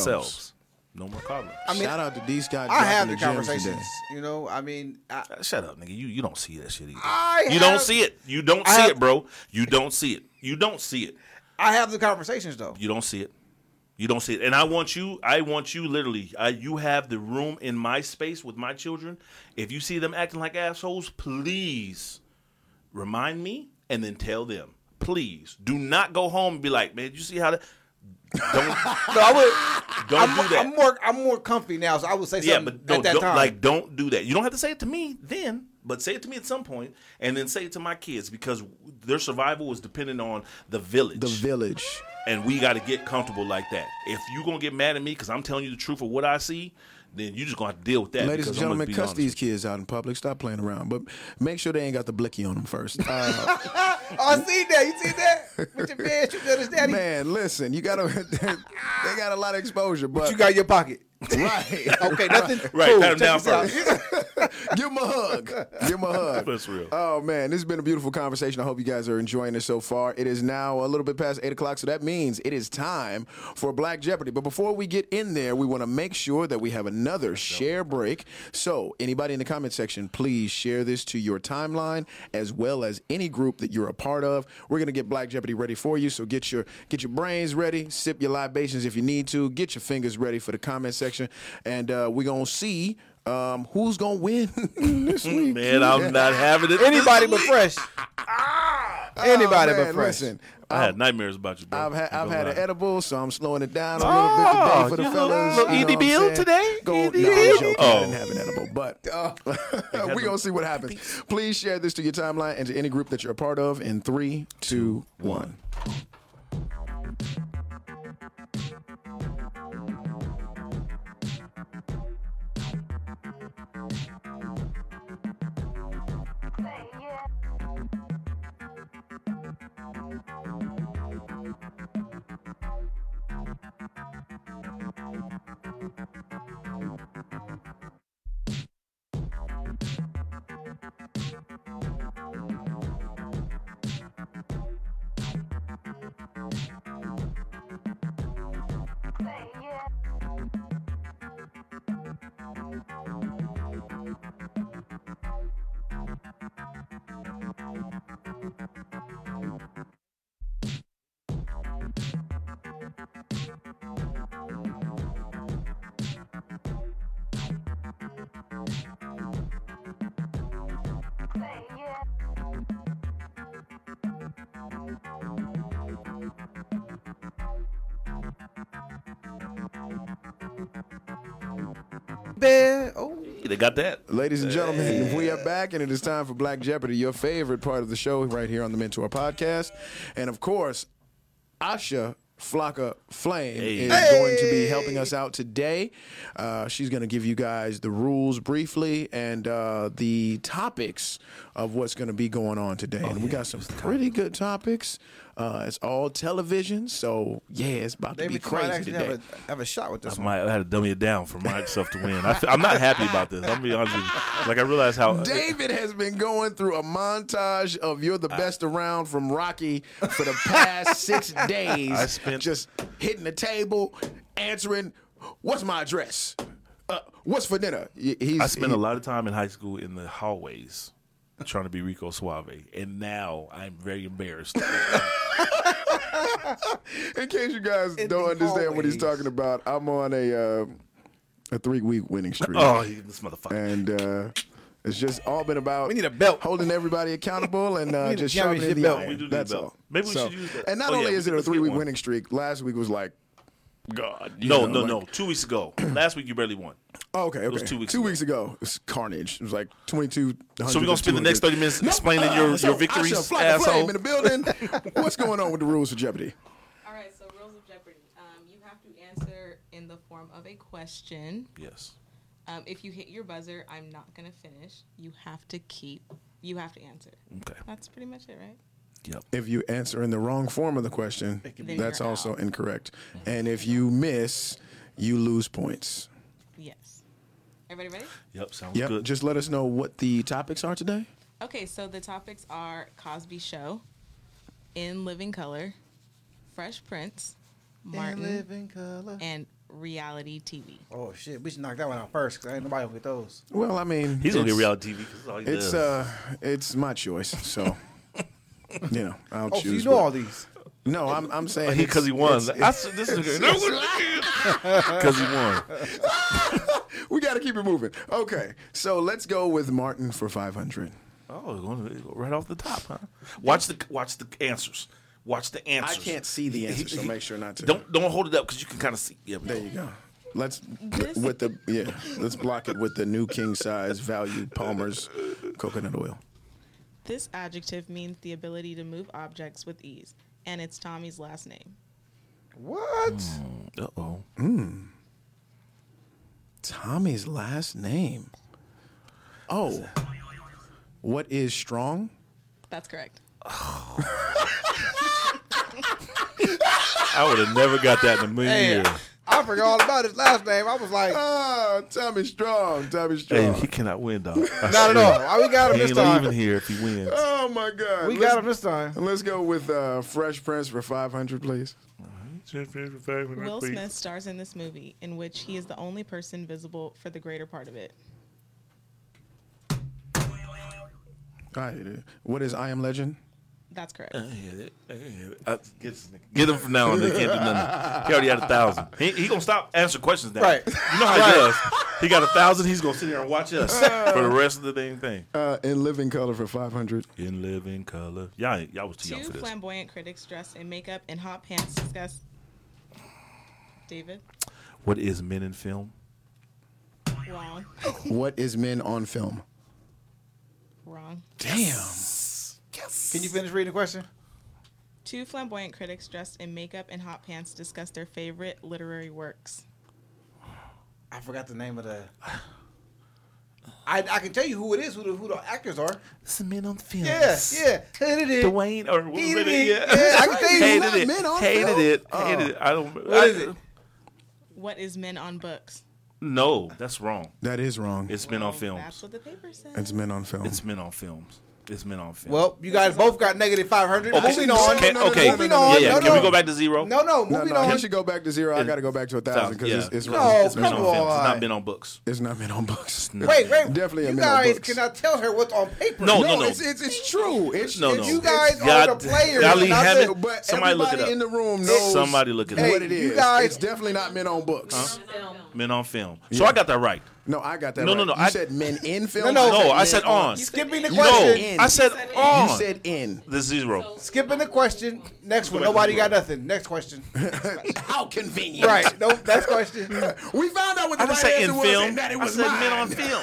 Selves.
No more coddling.
I mean,
Shout out to these guys.
I have the
dropping gems
conversations.
today.
You know, I mean, I,
Uh, Shut up, nigga. You you don't see that shit either.
I
you don't
have-
see it. You don't
I
see
have-
it, bro. You don't see it. You don't see it.
I have the conversations though.
You don't see it. You don't see it. And I want you. I want you. Literally, I, you have the room in my space with my children. If you see them acting like assholes, please remind me and then tell them. Please do not go home and be like, man. You see how that? Don't
No, I would.
don't
I'm,
do that.
I'm more I'm more comfy now, so I would say something
Yeah, but no,
at that
don't,
time.
like don't do that. You don't have to say it to me then, but say it to me at some point, and then say it to my kids because their survival is dependent on the village.
The village.
and we got to get comfortable like that. If you're gonna get mad at me because I'm telling you the truth of what I see, then you just gonna have to deal with that.
Ladies and
because I'm gonna
gentlemen,
be
cuss
honest
these
with
kids out in public. Stop playing around, but make sure they ain't got the blicky on them first. Uh,
oh, I see that. You see that? With your man shooting at his daddy.
man, listen, you gotta. they got a lot of exposure, but
You got in your pocket.
right.
Okay, nothing.
Right,
cool,
pat him
check
down
this out.
Give him a hug. Give him a hug.
That's real.
Oh man, this has been a beautiful conversation. I hope you guys are enjoying it so far. It is now a little bit past eight o'clock, so that means it is time for Black Jeopardy. But before we get in there, we want to make sure that we have another share break. So anybody in the comment section, please share this to your timeline as well as any group that you're a part of. We're gonna get Black Jeopardy ready for you. So get your get your brains ready, sip your libations if you need to, get your fingers ready for the comment section, and uh, we're gonna see. Um, who's gonna win this week?
you. Man, I'm not having it.
Anybody but fresh. Anybody
Oh,
but
man,
fresh.
Listen,
I had nightmares about you, bro.
I've had
I'm
I've
gonna
had an
lie. Oh,
edible, so I'm slowing it down a little bit today for the
you
fellas.
little
you know
Edie
what I'm
Bill
saying?
today?
Go,
Edie
no, I'm
Bill?
joking. I
Oh.
didn't have an edible, but
had
we
them-
gonna see what happens. Please share this to your timeline and to any group that you're a part of. In three, two, one.
Man, oh.
They got that.
Ladies and gentlemen, we are back, and it is time for Black Jeopardy, your favorite part of the show, right here on the Mentor Podcast. And of course, Asha Flocka Flame
Hey.
is going to be helping us out today. Uh, she's going to give you guys the rules briefly and uh, the topics of what's going to be going on today. and we got some pretty good topics. Uh, it's all television, so yeah, it's about to
Maybe
be
Clyde
crazy
actually have
today.
a, have a shot with this
I
one.
might I had to dummy it down for myself to win. I feel, I'm not happy about this. I'm being honest with you. Like I realize how
David has been going through a montage of "You're the Best Around" from Rocky for the past six days.
I spent-
just hitting the table, answering, "What's my address? Uh, what's for dinner?" Y- He's,
I spent a
he-
lot of time in high school in the hallways trying to be Rico Suave, and now I'm very embarrassed.
In case you guys
In
don't
the
understand what he's
hallways.
talking about, I'm on a uh, a three week winning streak.
oh, he- this motherfucker!
and uh, it's just all been about
We need a belt.
holding everybody accountable and uh,
need a
just sharpening
championship
the
belt.
iron.
We do need a
That's
belt.
all.
Maybe we
So-
should use that.
And not
Oh, yeah,
only
we
is it
could
a
get
three week
one.
winning streak, last week was like, God, you
No,
know,
no, no.
like-
Two weeks ago, last week you barely won.
Oh, okay, okay.
was two weeks
two
ago.
weeks ago, it was carnage. It was like twenty two.
So we're gonna spend the next 30 minutes explaining your, your victories, asshole.
in the building. What's going on with the rules for Jeopardy?
All right, so rules of Jeopardy. Um, you have to answer in the form of a question.
yes.
Um, if you hit your buzzer, I'm not gonna finish. You have to keep. You have to answer.
Okay.
That's pretty much it, right?
Yep.
If you answer in the wrong form of the question,
be-
that's
Then you're
also
out.
incorrect. And if you miss, you lose points.
Yes. Everybody ready?
Yep. Sounds
Yep.
good.
Just let us know what the topics are today.
Okay, so the topics are Cosby Show, In Living Color, Fresh Prince, Martin, and reality TV.
Oh shit, we should knock that one out first because ain't nobody gonna get those.
Well, I mean,
He's gonna get
it's-
reality TV. 'cause that's all he
It's
does.
uh, it's my choice. So, you know, I'll
Oh, so
choose.
you know
what-
all these.
No, I'm I'm saying it's-
because Oh, he won.
it's-
I said, this is because he won.
we got to keep it moving. Okay, so let's go with Martin for five hundred.
Oh, it's going to go right off the top, huh? Watch the watch the answers. Watch the answers.
can't see the answer, so make sure not to.
Don't don't hold it up because you can kind of see. Yeah, there you
Yeah, let's
This-
with the yeah, let's block it with the new king size value Palmer's coconut oil.
This adjective means the ability to move objects with ease, and it's Tommy's last name.
What?
Uh oh.
Tommy's last name. Oh, what is strong?
That's correct.
I would have never got that in a million
Hey,
years.
I forgot all about his last name. I was like,
Ah, Tommy Strong. Tommy
Hey,
Strong.
he cannot win, dog. I
not at
swear.
all. Uh, Why we got him
He
this
ain't
time?
leaving here if he wins.
oh my God.
We
Let's-
got him this time.
Let's go with uh, Fresh Prince for five hundred, please.
Will Smith stars in this movie, in which he is the only person visible for the greater part of it.
All right. What is I Am Legend?
That's correct.
Uh, Get this nigga. Get him from now on. They can't do nothing. He already had a thousand. He, he gonna stop answering questions now.
Right. Uh.
You know how he does. He got a thousand. He's gonna sit here and watch us for the rest of the dang thing.
Uh, in Living Color for five hundred.
In living color. Y'all, ain't- y'all was too
Two
young for this.
flamboyant critics dressed in makeup and hot pants discuss. David?
What is men in film?
Wrong.
What is Men on Film?
Wrong.
Damn.
Can you finish reading the question?
Two flamboyant critics dressed in makeup and hot pants discuss their favorite literary works.
I forgot the name of the. I, I can tell you who it is, who the, who the actors are.
It's the men on film.
Yeah, yeah. Hated it.
Dwayne or what was
Hated
it?
it.
Yeah.
Yeah, I can tell you
hated
not
it.
men on
hated
film.
it. Hated it. I don't.
Oh. What
I-
is it?
What is Men on Books?
No, that's wrong.
That is wrong. It's,
It's men on
Well, That's
films.
what the paper says.
Men on Film.
It's men on films. It's men on films.
Well, you guys both got negative 500.
Okay.
Moving on.
Can,
no, no,
okay.
no,
Moving
no,
on.
Yeah, yeah.
No,
Can
no.
we go back to zero?
No, no.
no,
Moving
no.
on.
He should go back to zero. I got to go back to a thousand because
yeah.
it's, it's,
No.
it's men on
come
films. It's
on.
not men on books.
it's not Men on Books.
No.
Wait, wait.
Definitely a
You
men on
guys
books.
cannot tell her what's on paper.
No, no, no.
It's, it's, it's true. It's
No,
it's-
no.
You guys are
God-
the players.
Ali
not
Hammond-
the-
But
Somebody look
everybody
it up.
in the room knows
Somebody look it up.
what it is.
you guys-
it's definitely not Men on Books.
Men on film. So I got that right.
No, I got that.
No,
right.
no, no,
You
I-
said Men in Film.
No, no.
No, I
men
said on.
Skipping the
You
No,
said
question.
in.
I said on.
You said in.
the zero.
Skipping the question. Next one.
back to
Nobody
the
got nothing. Next question.
How convenient.
right. No, next question.
We found out what the
I didn't
right
say in
answer was
film.
and that it
I
was
said men
mine.
on film.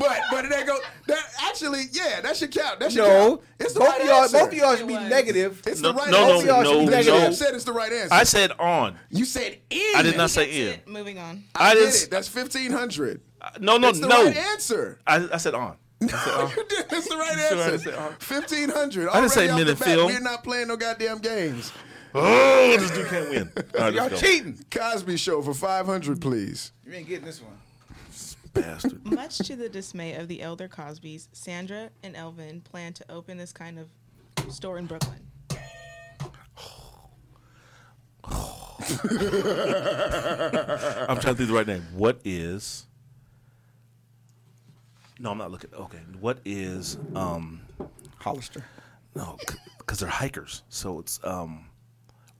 But but it ain't go. That, actually, yeah, that should count. That should count.
No,
It's the
both
right
of y'all,
answer.
both of y'all should
It
be
was.
negative.
It's
No,
the right
no,
answer.
no, no,
you negative.
no.
You said it's the right answer.
I said on.
you said in.
I did not say
That's
in.
it. Moving on.
I
Get
didn't.
it. That's fifteen hundred.
No, no,
It's the
no.
right answer.
I, I said on.
you did. That's the right
what I
answer.
said, huh?
Fifteen hundred.
I didn't say
off the
minute
bat,
film.
We're not playing no goddamn games.
Oh, this dude can't win. All right,
Y'all
let's go.
cheating.
Cosby Show for five hundred, please.
You ain't getting this one.
Bastard.
Much to the dismay of the elder Cosbys, Sandra and Elvin plan to open this kind of store in Brooklyn.
I'm trying to think of the right name. What is? No, I'm not looking. Okay, what is? Um,
Hollister.
no, because they're hikers. So it's um,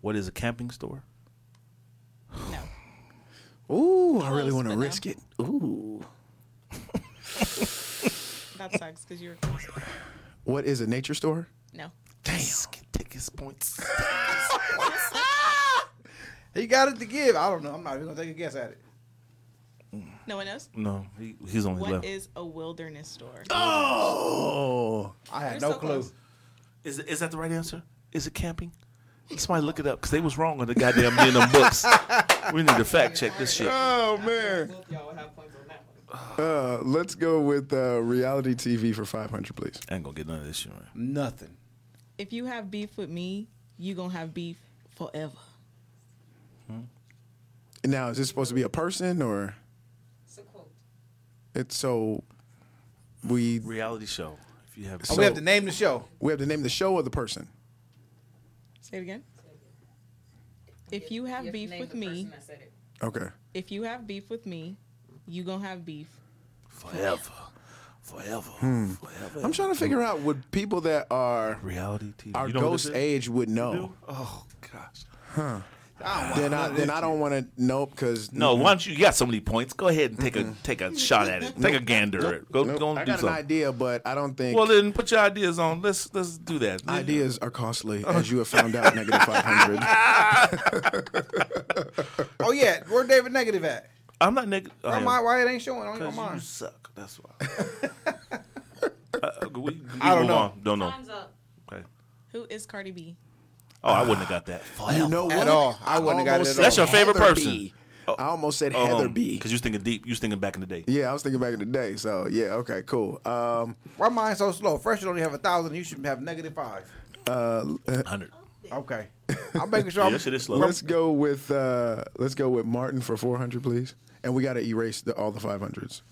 what is a camping store?
No.
Ooh, I
Close,
really want
but
to
no.
risk it. Ooh.
That sucks because you were close.
What is a nature store?
No.
Damn, take his points.
He got it to give. I don't know. I'm not even gonna take a guess at it.
No one knows?
no, he, he's only
What
left.
is a wilderness store?
Oh.
I had
You're
no
so
clue.
close.
Is is that the right answer? Is it camping? Somebody look it up because they was wrong on the goddamn in them books. We need to fact check this shit.
Oh man.
Y'all would have points on that one.
Uh, let's go with uh, reality TV for five hundred, please.
I ain't gonna get none of this shit. Right.
Nothing.
If you have beef with me, you gonna have beef forever.
Now, is this supposed to be a person or? It's so. We
Reality show. If you have,
Oh, we have to name the show.
we have to name the show or the person.
Say it again. If you have beef with me,
Okay.
if you have beef with me, you gonna have beef.
forever, forever, forever.
I'm trying to figure out would people that are
reality TV.
our
You know what
ghost
this is?
age would know.
Oh gosh.
Then I then I don't want to know because
No, why don't you? You got so many points. Go ahead and take a take a shot at it. Take a gander. at it. Go go and
I
do
got an
something.
idea, but I don't think
Well, then put your ideas on. Let's let's do that.
ideas are costly, as you have found out. Negative five hundred.
Oh yeah, where David negative at?
I'm not negative.
Why, am I- why it ain't showing on your
Because you
mind?
suck. That's why. uh, we, we
I don't
move
know.
On. Don't know.
Time's up.
Okay.
Who is Cardi B?
Oh, I wouldn't have got that.
You know what?
At all. I wouldn't have got it
almost
at
said
all. That's
your favorite
Heather
person.
B. I almost said Heather B.
Because Um, you was thinking deep. You was thinking back in the day.
Yeah, I was thinking back in the day. So yeah, okay, cool. Um,
Why mine so slow? First you only have a thousand. You should have negative five.
Hundred.
Okay. I'm making sure.
Yeah,
I'm,
that shit is slow.
let's go with uh, let's go with Martin for four hundred, please. And we got to erase the, all the five hundreds.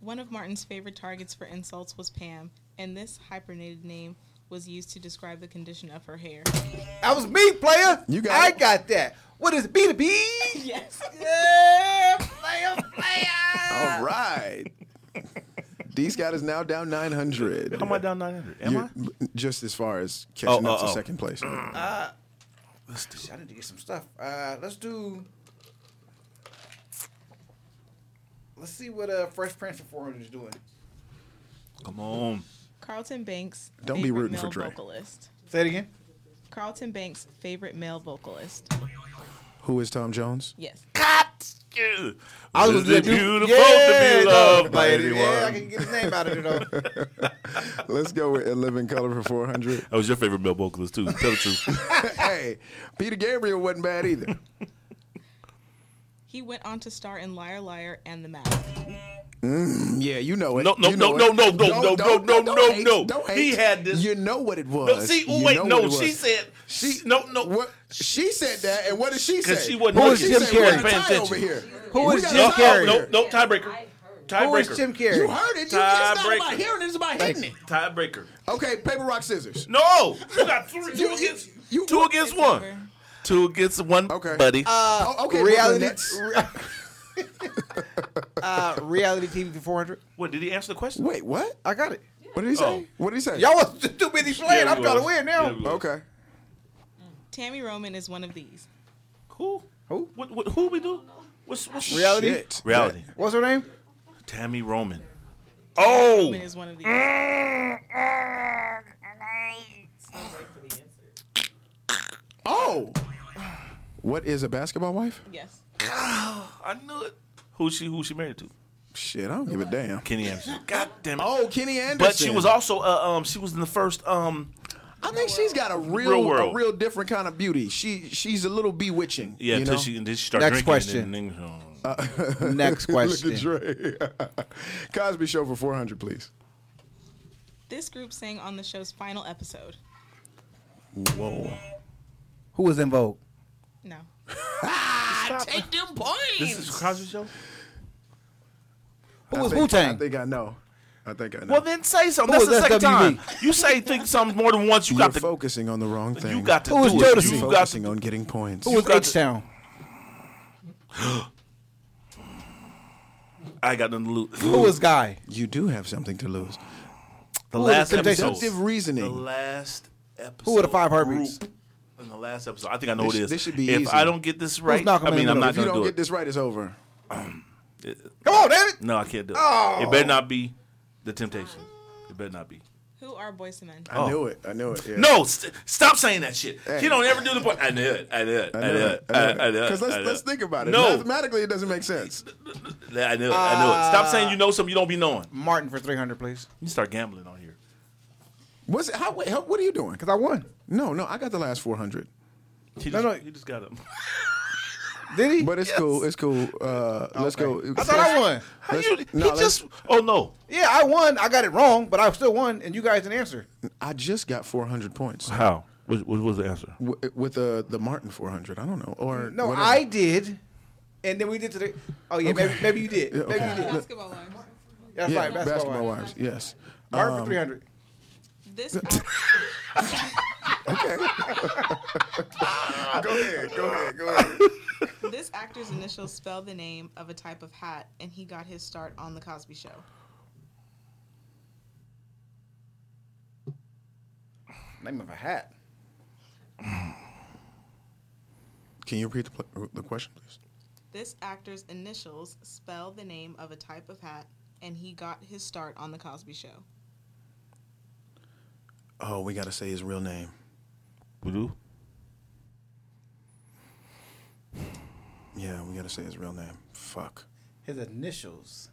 One of Martin's favorite targets for insults was Pam, and this hypernated name was used to describe the condition of her hair.
That was me, player.
You got
I
it.
got that. What is B to B?
Yes.
Yeah, player, player.
Ah.
All right. D Scott is now down nine hundred.
How am I down nine hundred? Am I?
Just as far as catching
Oh,
up
oh,
to
oh.
second place.
Let's do
Shit, I need to get some stuff. Uh, let's do. Let's see what uh, Fresh Prince of 400 is doing.
it. Come on.
Carlton Banks.
Don't be
favorite
rooting for
male
Dre.
Vocalist.
Say it again.
Carlton Banks' favorite male vocalist.
Who is Tom Jones?
Yes.
I was
gonna
it
do-
beautiful to
Yeah,
be
no,
loved by
it.
anyone?
Yeah, I can get his name out of it though.
Let's go with Living Color for four hundred.
That was your favorite Bill vocalist too. Tell the truth.
hey, Peter Gabriel wasn't bad either.
He went on to star in Liar Liar and The Mouth.
Yeah, you know it.
No, no,
You
no,
know
no,
it.
no,
Don't-
no, no,
don't-
no,
don't
no,
hate,
no.
don't hate.
He had this-
You know what it was.
No, see, oh
You
wait,
know
no,
what it
she
was.
said she no no
What she said that, and what did she say?
'Cause she wasn't
What
looking.
did
Jim
say? We got
Carrey.
a
Paying
tie
attention.
over here.
Who
We
is
got a
no,
Jim
tie
Carrey?
over
no
here.
no tiebreaker
Who is Jim
tiebreaker
You
Carrey?
heard it. You, it's not about
Tiebreaker.
hearing it. It's about hitting it.
tiebreaker.
Okay, paper rock scissors.
No, you got three, two
You-
against
you-
two against
It's
one,
over.
two against one,
Okay.
buddy.
oh, okay,
Uh, reality.
Brooklyn Nets.
uh, reality TV for 400.
what did he answer the question?
Wait, what?
I got it.
What did he say?
Oh.
What did he say?
Y'all was too busy playing.
Yeah,
I'm
we
trying to
was.
win now.
Yeah, we was.
Okay.
Tammy Roman is one of these.
Who?
Who?
What, what? Who we do? What's what's
Reality?
Shit.
Reality.
What's her name?
Tammy Roman. Oh,
Roman is one of these.
Oh. What is a basketball wife?
Yes.
Oh! I knew it. Who she? Who she married to?
Shit, I don't give a damn.
Kenny Anderson. God damn it.
Oh, Kenny Anderson.
but she was also uh, um she was in the first um
I think she's got a real,
Real world.
a real different kind of beauty. She she's a little bewitching.
yeah
you
until
know?
she until she started
Next
drinking
question.
and then, uh,
Next question.
Dre. Cosby Show for four hundred, please.
This group sang on the show's final episode.
whoa.
Who was in Vogue?
No.
This is Cosby show?
Who was
I think-
Wu
I
Tang?
think I know. I think I know.
Well then say something.
Who
That's the
was E?
second
SWV?
time. You say think something more than once, you
You're
got to
focusing on the wrong thing.
you got to
Who was
do it.
Jodeci?
You got
focusing
to,
on getting points.
Who was
got
H Town?
I got nothing to lose.
Who was Guy?
you do have something to lose.
the
was
last
the contestant?
episode?
Deductive
The
reasoning.
last episode.
Who were the five Herbies?
group In the last episode, I think I know
This-
it is.
this should be
If
easy.
I don't get this right,
Malcolm
I
in the
mean I'm
Middle?
not
If you
gonna
don't
do
get
it.
this right, it's over.
Come on, David.
No, I can't do it.
Oh.
It better not be the Temptation. It better not be.
Who are Boys to Men?
I knew it. I knew it. Yeah.
Oh. No, st- stop saying that shit. He don't ever do the point. I knew it. I knew it. I knew it. I knew it.
Because
I knew
let's,
it.
let's think about it.
No,
Mathematically, it doesn't make sense.
I knew it. I knew it. Stop saying you know something you don't be knowing.
Martin for three hundred, please.
You start gambling on here.
What's it, how, wait, how, what are you doing?
Because I won.
No, no, I got the last 400.
He
No,
just,
no.
he just got him.
Did he?
But it's cool. It's cool. Uh, Let's go.
I thought I won.
How
Let's-
you,
no,
he
let's-
just. Oh no.
Yeah, I won. I got it wrong, but I still won, and you guys didn't answer.
I just got 400 points
How? What, what was the answer?
w- with uh, the Martin 400. I don't know. Or
No,
whatever.
I did. And then we did today. Oh yeah, maybe, maybe you did. Maybe
okay.
you did.
Basketball Wives.
That's
Yeah,
right. Basketball,
basketball Um,
wise.
wives. Yes.
Martin for three hundred.
This
Go ahead. Go ahead. Go ahead.
this actor's initials spell the name of a type of hat, and he got his start on the Cosby Show.
Name of a hat.
Can you repeat the, pl- the question, please?
This actor's initials spell the name of a type of hat, and he got his start on the Cosby Show.
Oh, we got to say his real name.
We do.
Yeah, we got to say his real name. Fuck.
His initials.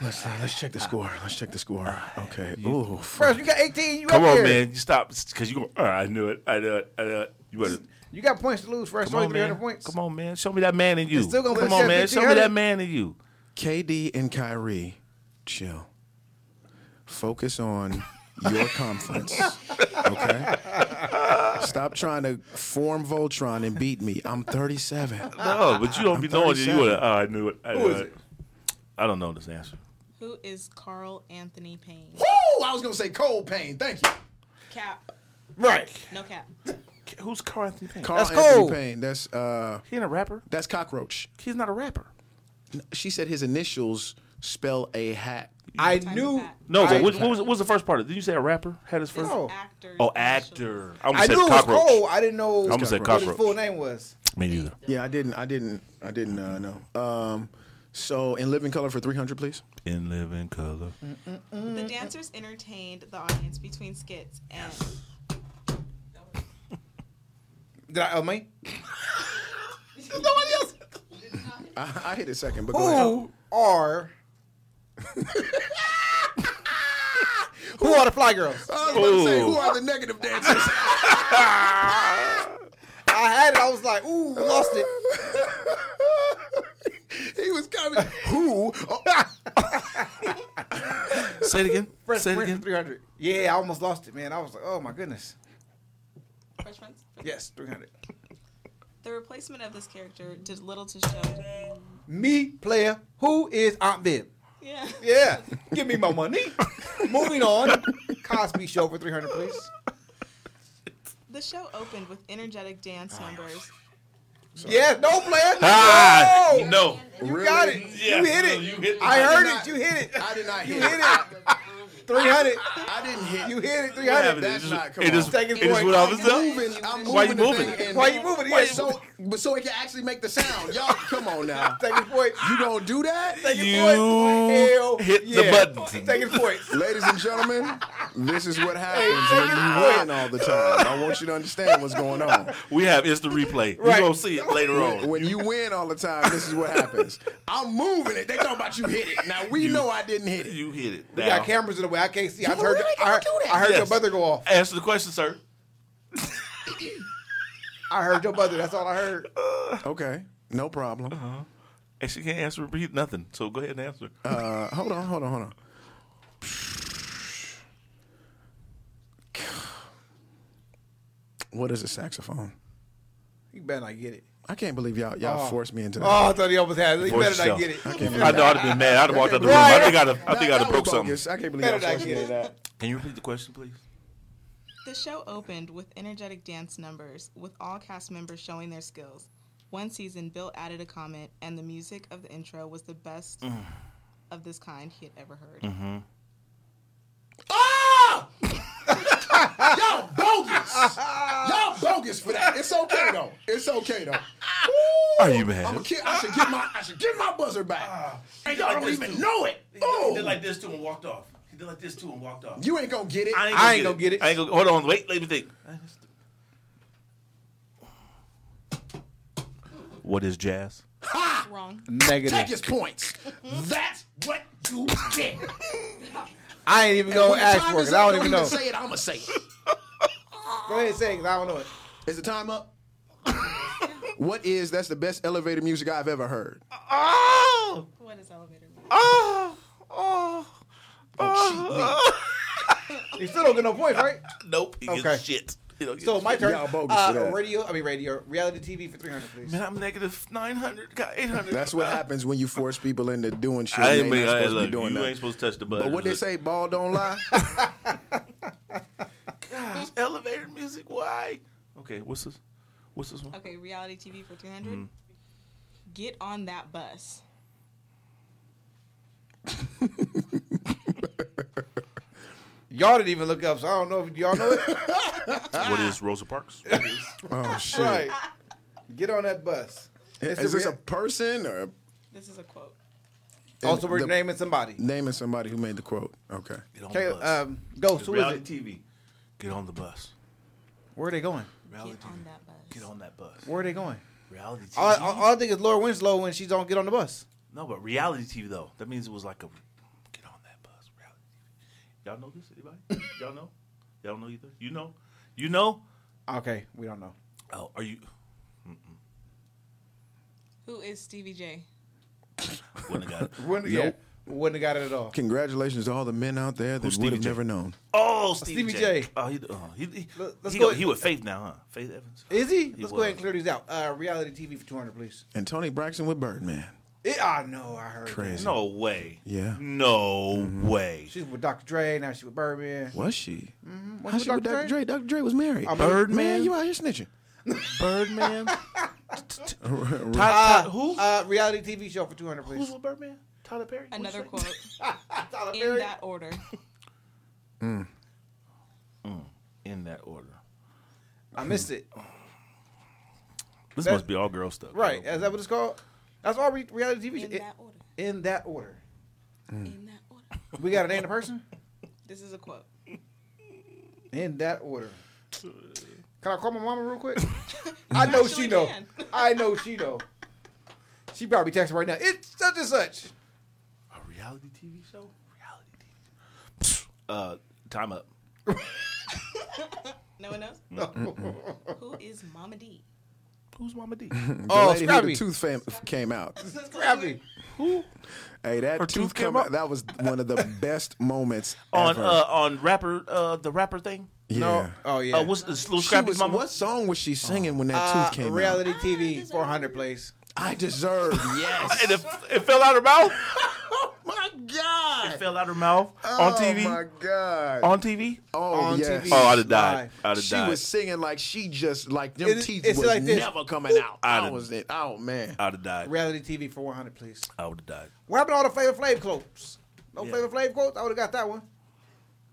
Let's, uh, let's check the score. Let's check the score. Okay. Ooh.
Bro,
fuck.
you got eighteen. You
Come
up
on,
there.
man. You stop because you go. "Uh, I knew it. I knew it. I knew it. You better.
You got points to lose. First,
Come on,
three hundred
man.
points.
Come on, man. Show me that man in you.
still gonna
Come
put
on,
you at
man. Show me
1500.
that man in you.
KD and Kyrie, chill. Focus on your conference. Okay? Stop trying to form Voltron and beat me. I'm 37.
No, but you don't be knowing. You
37.
would. Oh, I knew it. I knew
Who is
it.
it?
I don't know this answer.
Who is Carl Anthony Payne?
Woo! I was going to say Cole Payne. Thank you.
Cap.
Right.
No cap.
Who's Carl Anthony Payne?
Carl
That's
Anthony
Cole.
Payne. That's, uh,
He ain't a rapper.
that's Cockroach.
He's not a rapper.
She said his initials spell a hat.
I
Type of
knew.
hat.
No,
I,
but what, what was, what was the first part? of it? Did you say a rapper had his first?
No.
Actor's
Oh,
initials.
actor. I'm
I
say
knew it was
cockroach.
Cole. I didn't know.
I'm gonna say
What his
cockroach.
full name was.
Me neither.
Yeah, I didn't. I didn't. I didn't uh, know. Um, so, in living color for 300, please.
In living color.
The dancers entertained the audience between skits and
Did I? Oh, me?
Nobody else.
I, I hit it second, but go ahead.
Who are? Who are the fly girls?
I was about to say, who are the negative dancers?
I had it. I was like, ooh, lost it.
he was coming. Who? Oh,
Say it again.
Fresh
say it
Prince
again.
300. Yeah, I almost lost it, man. I was like, oh my goodness.
Fresh Prince.
Yes, 300.
The replacement of this character did little to show.
Me, player, who is Aunt Viv?
Yeah.
Yeah, give me my money. Moving on. Cosby Show for 300, please.
The show opened with energetic dance numbers.
Yes, no, player. No.
Ah, no.
You
Really?
got it.
Yeah,
you hit it.
no, you hit it.
I heard
I
it.
did
You hit it.
I did not
You
hit.
hit it. 300.
I didn't hit.
You hit it.
What
300.
happened?
That's
It just-
not- come
It
on.
just,
Take
it
it
just
away.
went off
I'm
his up.
moving. I'm
Why you
moving. the
moving
thing
it?
and-
Why you moving it?
Why
Yes.
you-
So, but so it can actually make the sound. Y'all, come on now.
Take it for it.
You gonna do that?
Take it
You
for it. Hell
hit the
yeah.
button.
Take it for it.
Ladies and gentlemen, this is what happens when you win all the time. I want you to understand what's going on.
We have instant replay.
Right.
You gonna see it. later on.
When you win all the time, this is what happens. I'm moving it. They talking about you hit it. Now we know I didn't hit it.
You hit it.
We
Now,
got cameras in the way. I can't see. I
You
heard.
really
I heard,
gonna do that?
I heard your
Yes.
brother go off.
Answer the question, sir.
I heard your brother. That's all I heard.
Okay, no problem.
And she can't answer repeat nothing. So go ahead and answer.
Uh, hold on, hold on, hold on. What is a saxophone?
You better not get it.
I can't believe y'all y'all forced me into that.
Oh, I thought he almost had it. You
Voice
better not
yourself.
get it.
I, know I'd have been mad. I'd have walked out the room. I think I'd have, I think I'd have broke something.
I can't believe
Better
y'all
not
forced me.
get it.
Can you repeat the question, please?
The show opened with energetic dance numbers, with all cast members showing their skills. One season, Bill added a comment, and the music of the intro was the best of this kind he had ever heard.
Mm-hmm.
Ah! y'all bogus. Y'all bogus for that. It's okay though. It's okay though.
Are you
I'm a
mad?
kid. I should get my I should get my buzzer
Ah.
back. And y'all don't even know it. Oh,
this too and walked off. He did like this too and walked off.
you ain't gonna get it.
I ain't gonna get it.
I ain't gonna, hold on. Wait. Let me think. What is jazz?
Wrong.
Take
Negative.
his points. That's what you did.
I ain't even gonna
When the
ask
time
for it.
is
'cause
up,
I don't even know.
Say it. I'ma say it.
Go ahead and say it. 'cause I don't know it.
Is the time up? what is? That's the best elevator music I've ever heard.
Oh,
What is elevator music?
oh, oh.
You still don't get no points, right?
Nope. He gets
Okay.
shit. He don't get
So my
shit.
turn.
Y'all bogus for
Uh,
that.
radio. I mean radio. Reality TV for three hundred, please.
Man, I'm negative nine hundred. Got eight hundred.
That's what happens when you force people into doing shit.
I
they
ain't,
not
mean, I,
supposed to
look,
be doing
you
that.
ain't supposed to touch the button.
But what they
Look,
say, ball don't lie.
"Gosh, elevator music. Why? Okay, what's this? What's this one?
Okay, reality TV for 300.
Mm-hmm.
Get on that bus.
Y'all didn't even look up, so I don't know if y'all know it.
What is Rosa Parks?
oh shit!
right. Get on that bus. It's
Is
a
this a
rea-
person or
This is a quote.
also we're
the-
naming somebody?
naming somebody who made the quote? Okay.
Get on
Okay,
the bus.
um, Ghost.
It's
Who is
reality
it?
TV. Get on the bus.
Where are they going?
Reality
Get on
TV.
that bus.
Get on that bus.
Where are they going?
Reality TV.
All, all, all I think is Laura Winslow when she's on Get on the Bus.
no, but reality TV though. That means it was like a. Get on that bus. Reality TV. Y'all know this? Anybody? Y'all know? Y'all know either? You know? You know?
Okay, we don't know.
Oh, are you?
Who is Stevie J?
Wouldn't have got it.
Wouldn't, yeah, wouldn't have got it at all.
Congratulations to all the men out there that
Who's
would have
Stevie J?
never known.
Oh, Stevie,
Uh, Stevie
J.
J.
Oh, he, oh, he, he,
Let- let's
he,
go
go,
ahead.
he with Faith now, huh? Faith Evans.
Is he?
He
Let's go ahead and
was.
clear these out. Uh, reality TV for 200, please.
And Tony Braxton with Birdman.
It, I know, I heard. that.
Crazy.
No way.
Yeah.
No way.
She's with Dr. Dre, now she's with Birdman.
Was she?
Mm-hmm. Was
How
she
she with
with
Dr. Dre? Dr. Dre was married.
I'm-
Birdman, you out here snitching.
Birdman.
Uh,
who?
Uh, reality TV show for 200,
Who's
please.
with Birdman? Tyler Perry. What'd you
Another
say?
quote.
Tyler
in
Perry?
that order.
In that order.
I missed it.
This
That-
must be all girl stuff.
Right.
bro.
Is that what it's called? That's all re- reality TV
In
show.
that order.
in that order.
In that order.
We got to name the person?
This is a quote.
In that order. Can I call my mama real quick? I know she
actually
know.
can.
I know she know. She probably texting right now. It's such and such.
A reality TV show? Reality TV. Uh, time up.
No one knows? Who is Mama D?
Who's Mama D?
Oh,
Lady who the
Scrappy.
tooth fam- came out.
Scrappy.
Hey, that tooth,
tooth came
come
out?
out. That was one of the best moments
on
ever.
uh on rapper uh the rapper thing.
yeah.
No. Oh yeah.
Uh, what's this little
She
scrappy
was,
mama?
what song was she singing when that
Uh,
tooth came out?
reality TV 400 plays.
I deserve. Yes.
And it, it fell out her mouth.
oh my god.
It fell out her mouth on TV.
Oh my god.
On TV.
oh
on
yes.
TV.
Oh, I'd have died.
Live.
I'd have
She
died.
was singing like she just like them
It-
teeth
it's
was
like this.
never coming out.
I'd
I
have-
was it. Oh man.
I'd have died.
Reality TV for 100 please.
I would have died.
What happened to all the Flavor Flav quotes? No
Yeah.
Flavor Flav quotes. I would have got that one.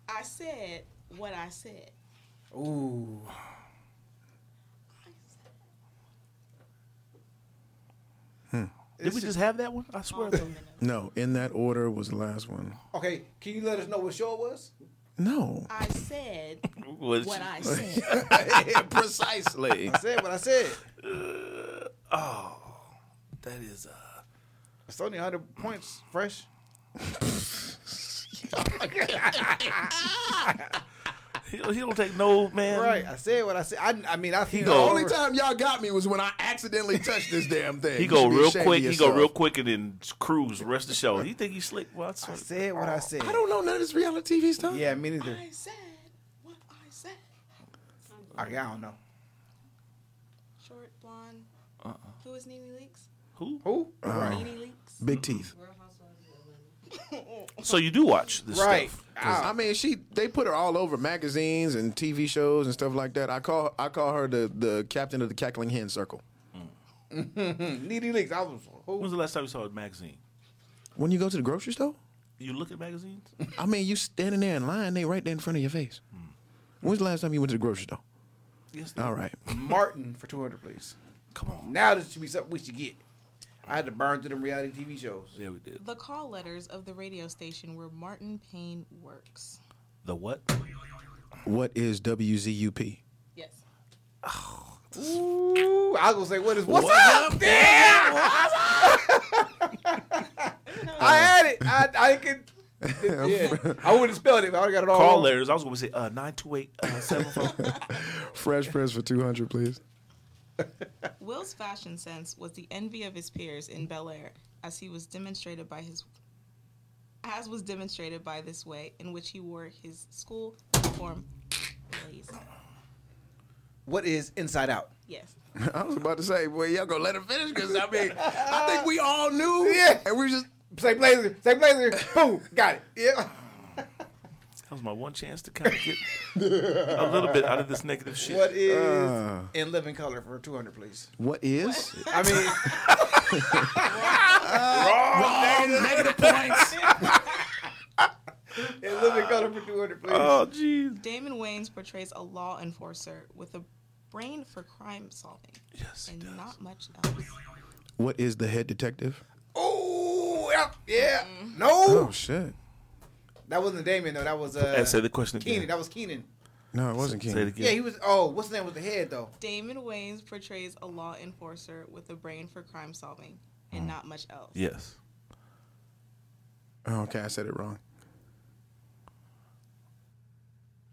I said what I said.
Ooh.
Did we just have that one? I swear.
Also known as,
No, in that order was the last one.
Okay. Can you let us know what show it was?
No.
I said
What
what I said.
Precisely.
I said what I said.
That is uh,
It's only 100 points fresh.
he, he don't take no man.
Right. I said what I said. I, I mean, I think
go-
The
Oh.
only time y'all got me was when I accidentally touched this damn thing.
He
You
go
should be
real
ashamed of
quick. He go
yourself.
real quick and then cruise the rest of the show. You think he's slick? Well, I
I
swear.
said what I said.
I don't know none of this reality TV stuff.
Yeah, me neither.
I said what I said.
I, I don't know.
Short, blonde. Who is Nene Leaks?
Who?
Who?
Nene Leaks?
Big teeth.
So you do watch this
Right.
stuff?
I mean, she they put her all over magazines and TV shows and stuff like that. I call I call her the the captain of the cackling hen circle.
Needy leaks. I was.
When
Who?
was the last time you saw a magazine?
When you go to the grocery store,
You look at magazines?
I mean, you standing there in line, they right there in front of your face. Hmm. When's the last time you went to the grocery store?
Yes.
All right,
Martin for 200, please.
Come on.
Now this should be something we should get. I had to burn through them reality TV shows.
Yeah, we did.
The call letters of the radio station where Martin Payne works.
The what?
what is WZUP?
Yes.
Ooh, I was gonna say, what is what's
What
up? Yeah, I had it. I, I could. Yeah, I wouldn't have spelled it. But I would have got it all.
Call
wrong.
letters. I was going to say uh, 928 uh, 74.
Fresh press for two hundred, please.
Will's fashion sense was the envy of his peers in Bel Air, as he was demonstrated by his, as was demonstrated by this way in which he wore his school uniform. Blazer.
What is Inside Out?
Yes.
I was about to say, well, y'all gonna let her finish because I mean, I think we all knew,
Yeah.
and we just
Say blazer. Say blazer. Boom. Got it. Yeah.
That was my one chance to kind of get a little bit out of this negative shit.
What is
Uh.
in living color for two hundred, please?
what is
I mean,
negative points?
in living color for two hundred, please.
Oh, jeez.
Damon Wayans portrays a law enforcer with a brain for crime solving
Yes, he
and
does.
not much else.
What is the head detective?
Ooh, yeah, yeah. No,
Oh shit!
that wasn't Damien though. That was uh,
And say the question again.
Keenan. That was Keenan.
No, it wasn't
Say it
King.
again.
Yeah, he was. Oh, what's the name? Was the head though?
Damon Wayans portrays a law enforcer with a brain for crime solving
Mm.
and not much else.
yes.
Oh, okay, I said it wrong.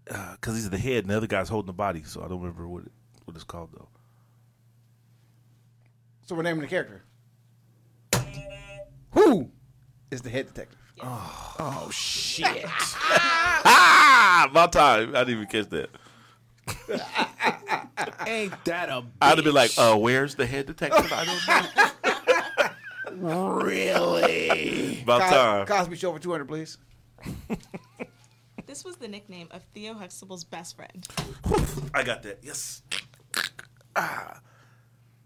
Because Uh, he's the head and the other guy's holding the body, so I don't remember what, it, what it's called, though.
So we're naming the character. Who is the head detective?
Oh shit!
Ah, my time. I didn't even catch that.
Ain't that a
I'd have been like, uh, where's the head detective? I don't know.
really?
About
Co-
time.
Cosby Show for two hundred, please.
This was the nickname of Theo Huxtable's best friend.
I got that. Yes.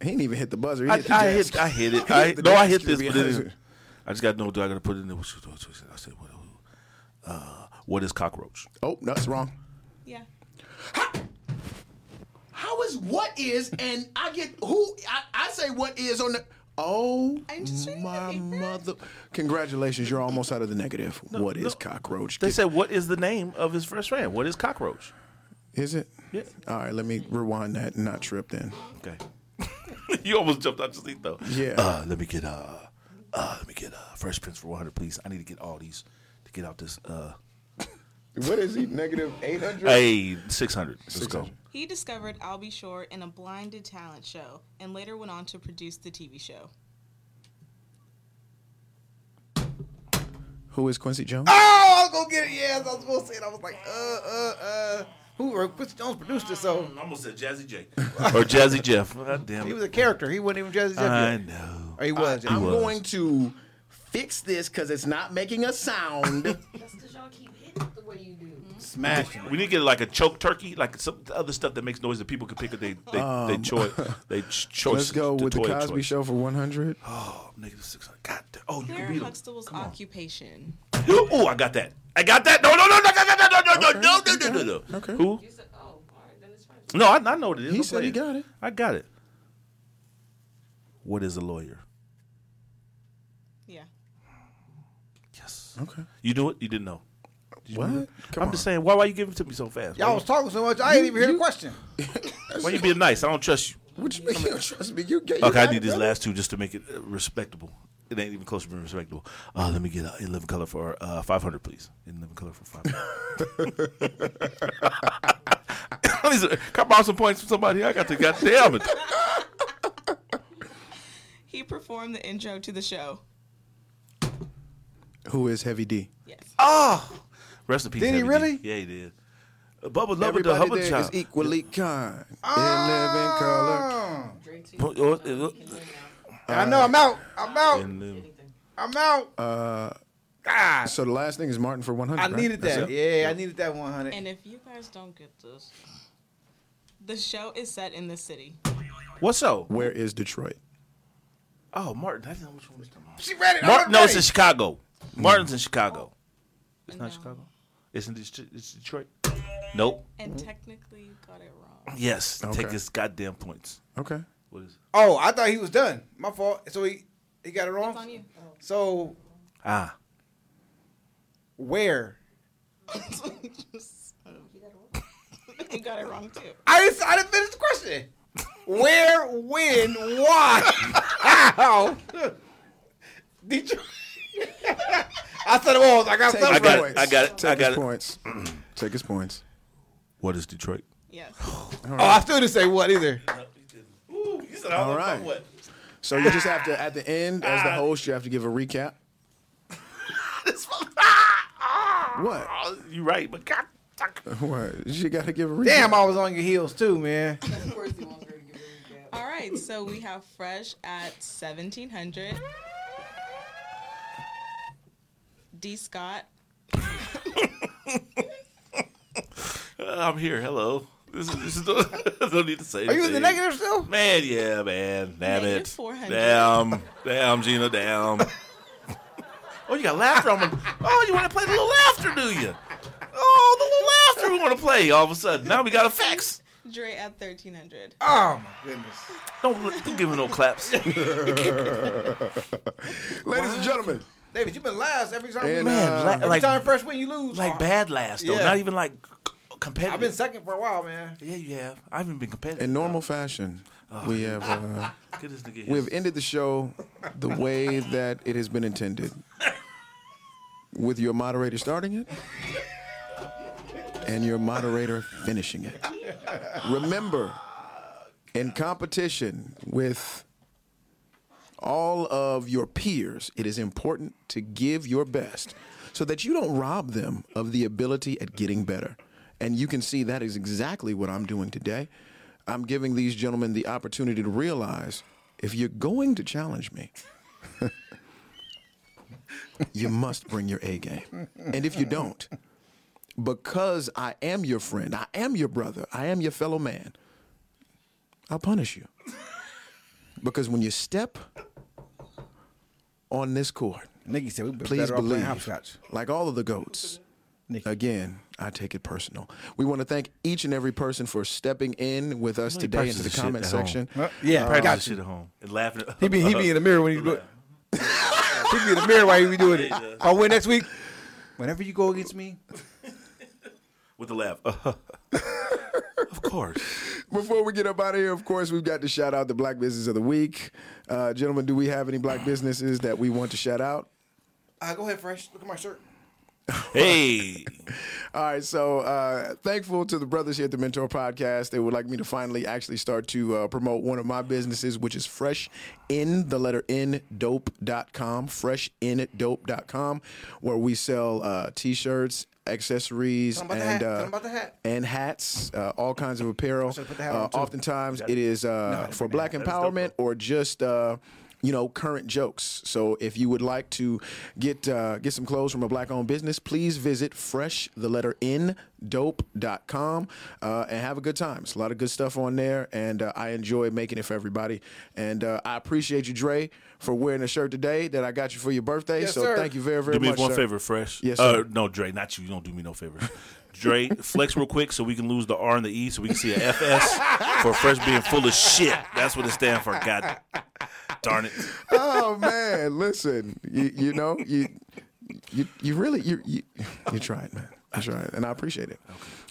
He didn't even hit the buzzer. He
I,
hit the
I
desk.
hit. I hit it.
He
I,
hit the
no, I
desk,
hit
to
this,
be
but then
honest.
I just got to know. Do I got to put it in there? I said, what, uh, what is cockroach?
Oh, no, that's wrong.
Yeah.
How is what is and I get who I, I say what is on the. Oh
I'm just trying to
my
figure it out.
mother! Congratulations, you're almost out of the negative. what is
no.
cockroach?
They
Get-
said, what is the name of his first friend? What is cockroach?
is it?
Yeah.
All right, let me rewind that and not trip then.
Okay. you almost jumped out your seat though.
Yeah.
Uh, let me get uh, uh, let me get uh, Fresh Prince for 100, please. I need to get all these to get out this uh,
What is he? Negative eight hundred.
hey 600. Let's go.
600.
He discovered Albie Shore in a blinded talent show and later went on to produce the TV show.
Who is Quincy Jones?
Oh, I'll go get it. Yes, I was supposed to say it. I was like, uh, uh, uh. Who? Or Quincy Jones produced it, so
I almost said Jazzy J or Jazzy Jeff. God damn
he was
it.
a character. He wasn't even Jazzy Jeff.
I
yet.
know.
Or he was.
I'm
yeah.
Uh, was.
going to fix this because it's not making a sound.
That's because y'all keep hitting it the way you do.
We need to get like a choke turkey, like some other stuff that makes noise that people can pick up. They they they choice. They ch- choice.
Um. Let's go with the
toy
Cosby
choice.
Show for 100.
Oh, negative six hundred. God damn. Oh, you
Claire
can beat him.
Huxtable's occupation.
Oh, I got that. I got that. No, no, no, no, no, no, no, no, no, no, no, no, no.
Okay.
Who?
You said, oh, all right, then it's fine.
No, I, I know what it is.
He
I'm
said he
playing.
got it.
I got it. What is a lawyer?
Yeah.
Yes.
Okay.
You knew it. You didn't know. Did you
What?
know it?
Come
I'm
on.
just saying. Why? Why you giving it to me so fast?
Y'all
Why,
was talking so much, I didn't even hear
you-
the question.
why you being nice? I don't trust you.
What you mean? You don't trust me? You get.
Okay, I need these last two just to make it uh, respectable. It ain't even close to being respectable. Uh, let me get uh, in living color for uh, five hundred, please. In living color for five hundred. Come borrow some points from somebody. I got to goddamn it.
He performed the intro to the show.
Who is Heavy D?
Yes.
Oh. Rest in peace.
Did he
Heavy D.
really?
Yeah, he did. Uh, Bubba Lubba the
Everybody
Hubba
there is
Child.
equally kind. In living color.
Drink too.
Oh,
much.
oh, oh,
You can learn
I know. I'm out. I'm
oh.
out.
And, um,
I'm out.
Ah, So the last thing is Martin for 100.
I
right?
needed
That's
that.
it?
Yeah, I needed that 100.
And if you guys don't get this, the show is set in this city.
What's up?
Where is Detroit?
Oh, Martin. I didn't know which one was talking about.
she read it.
Martin, no,
already.
it's in Chicago. Martin's in Chicago. It's
No.
not Chicago. It's in Det- it's Detroit. Nope.
And technically, you got it wrong.
Yes. Take
Okay.
his goddamn points.
Okay.
What is it?
Oh, I thought he was done. My fault. So he he got it wrong.
It's on you.
So
Ah.
where?
uh, you got it wrong too.
I didn't, I didn't finish the question. Where, when, why, how? Detroit. I said it was. I got
Take his
I
something
got
right.
it. I got it.
Take
I got
his
it.
points. Take his points.
What is Detroit?
Yes.
Oh, I still didn't say what either.
Ooh, you said
All right. So you just have to, at the end, as the host, you have to give a recap. What?
You're right, but God. Uh,
What? You got to give a recap.
Damn, I was on your heels too, man.
Of course, he wants her to give her a
All right. So we have Fresh at 1700. D. Scott.
I'm here. Hello. This is, this is I don't need to say.
Are you in the negative still?
Man, yeah, man. Damn
Negative
it.
400.
Damn. Damn, Gina, damn. oh, you got laughter on my. Oh, you want to play the little laughter, do you? Oh, the little laughter we want to play all of a sudden. Now we got effects.
Dre at 1300.
Oh my goodness.
Don't, don't give me no claps.
Ladies and gentlemen,
David, you've been last every time.
And,
we
uh,
lose.
Every
Man, la-
every
like,
time fresh win, you lose.
like bad last, though.
Yeah.
Not even like c- competitive.
I've been second for a while, man.
Yeah, you have. I haven't been competitive.
in normal fashion, we have uh,
Get this nigga
we
his-
have ended the show the way that it has been intended, with your moderator starting it and your moderator finishing it. Remember, in competition with all of your peers, it is important to give your best so that you don't rob them of the ability at getting better. And you can see that is exactly what I'm doing today. I'm giving these gentlemen the opportunity to realize if you're going to challenge me, you must bring your A game. And if you don't, because I am your friend, I am your brother, I am your fellow man, I'll punish you. Because when you step on this court,
Nikki said we've been
please
better off playing
believe,
hopscotch.
like all of the goats, again, I take it personal. We want to thank each and every person for stepping in with us today into
practice
the
this shit
comment
at home.
section.
Huh? Yeah,
Uh,
Practice
got
this
you.
shit at home and laughing.
He be he be in the mirror when he's doing. he be in the mirror while he be doing it. I win next week. Whenever you go against me,
with the laugh. of
Uh-huh.
course.
Before we get up out of here, of course, we've got to shout out the Black Business of the Week. Uh, gentlemen, do we have any Black businesses that we want to shout out?
uh, go ahead, fresh. Look at my shirt.
Hey,
All right, so uh, thankful to the brothers here at the Mentor Podcast. They would like me to finally actually start to uh, promote one of my businesses, which is Fresh in the letter N dope.com, fresh in dope.com, where we sell uh, t shirts, accessories,
Tell 'em about the
and,
hat.
uh,
Tell 'em about the hat.
and hats, uh, all kinds of apparel.
should've put the hat
Uh,
on, too.
oftentimes, it is uh, for black
is dope,
empowerment or just uh, you know current jokes. So if you would like to get uh, get some clothes from a black owned business, please visit fresh the letter n dope.com uh, and have a good time. It's a lot of good stuff on there, and uh, I enjoy making it for everybody. And uh, I appreciate you, Dre, for wearing a shirt today that I got you for your birthday.
Yes,
so
sir.
thank you very very
do me
much.
one
sir.
favor, Fresh.
Yes,
Uh,
sir.
no, Dre, not you. You don't do me no favors. Dre, flex real quick so we can lose the R and the E so we can see a FS for Fresh being full of shit. That's what it stands for. God darn it.
oh man, listen, you, you know you you you really you you you tried, man. That's right, and I appreciate it.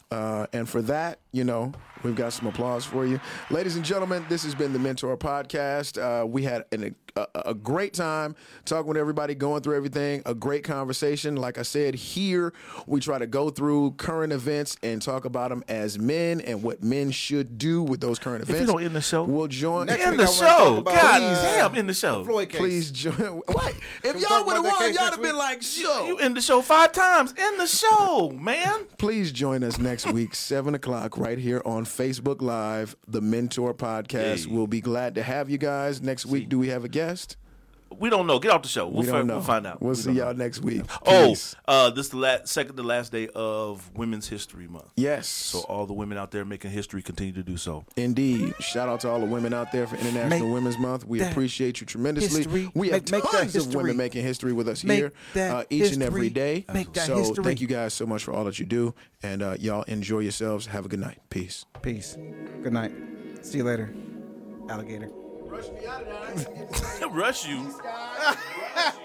Uh, and for that, you know, we've got some applause for you, ladies and gentlemen. This has been the Mentor Podcast. Uh, we had an, a, a great time talking with everybody, going through everything. A great conversation. Like I said, here we try to go through current events and talk about them as men and what men should do with those current
you
events.
don't end the show-
we'll join.
Next
In
week
the
I wanna talk
show.
about,
God
uh,
damn, in the show.
Floyd case.
Please join. What? If
we
y'all
talk
would have won,
about that case
y'all would
next
have been
week?
like, "Yo,
You end the show five times. End the show, man.
Please join us next week, 7 o'clock, right here on Facebook Live, the Mentor Podcast.
Yay.
We'll be glad to have you guys. Next week, do we have a guest?
We don't know. Get off the show. We'll,
We
fi-
don't know.
we'll find out.
We'll
We
see
don't
y'all
know.
next week.
Oh,
Peace.
uh, this the last, second to last day of Women's History Month.
Yes.
So all the women out there making history continue to do so.
Indeed. Shout out to all the women out there for International
Make
Women's Month. We
that
appreciate you tremendously.
history.
We have
Make- make that
tons of
history.
women making history with us
Make
here
that
uh, each and every
history.
day.
Make that
so
history.
thank you guys so much for all that you do. And uh, y'all enjoy yourselves. Have a good night. Peace.
Peace. Good night. See you later, alligator.
Rush you. Rush you.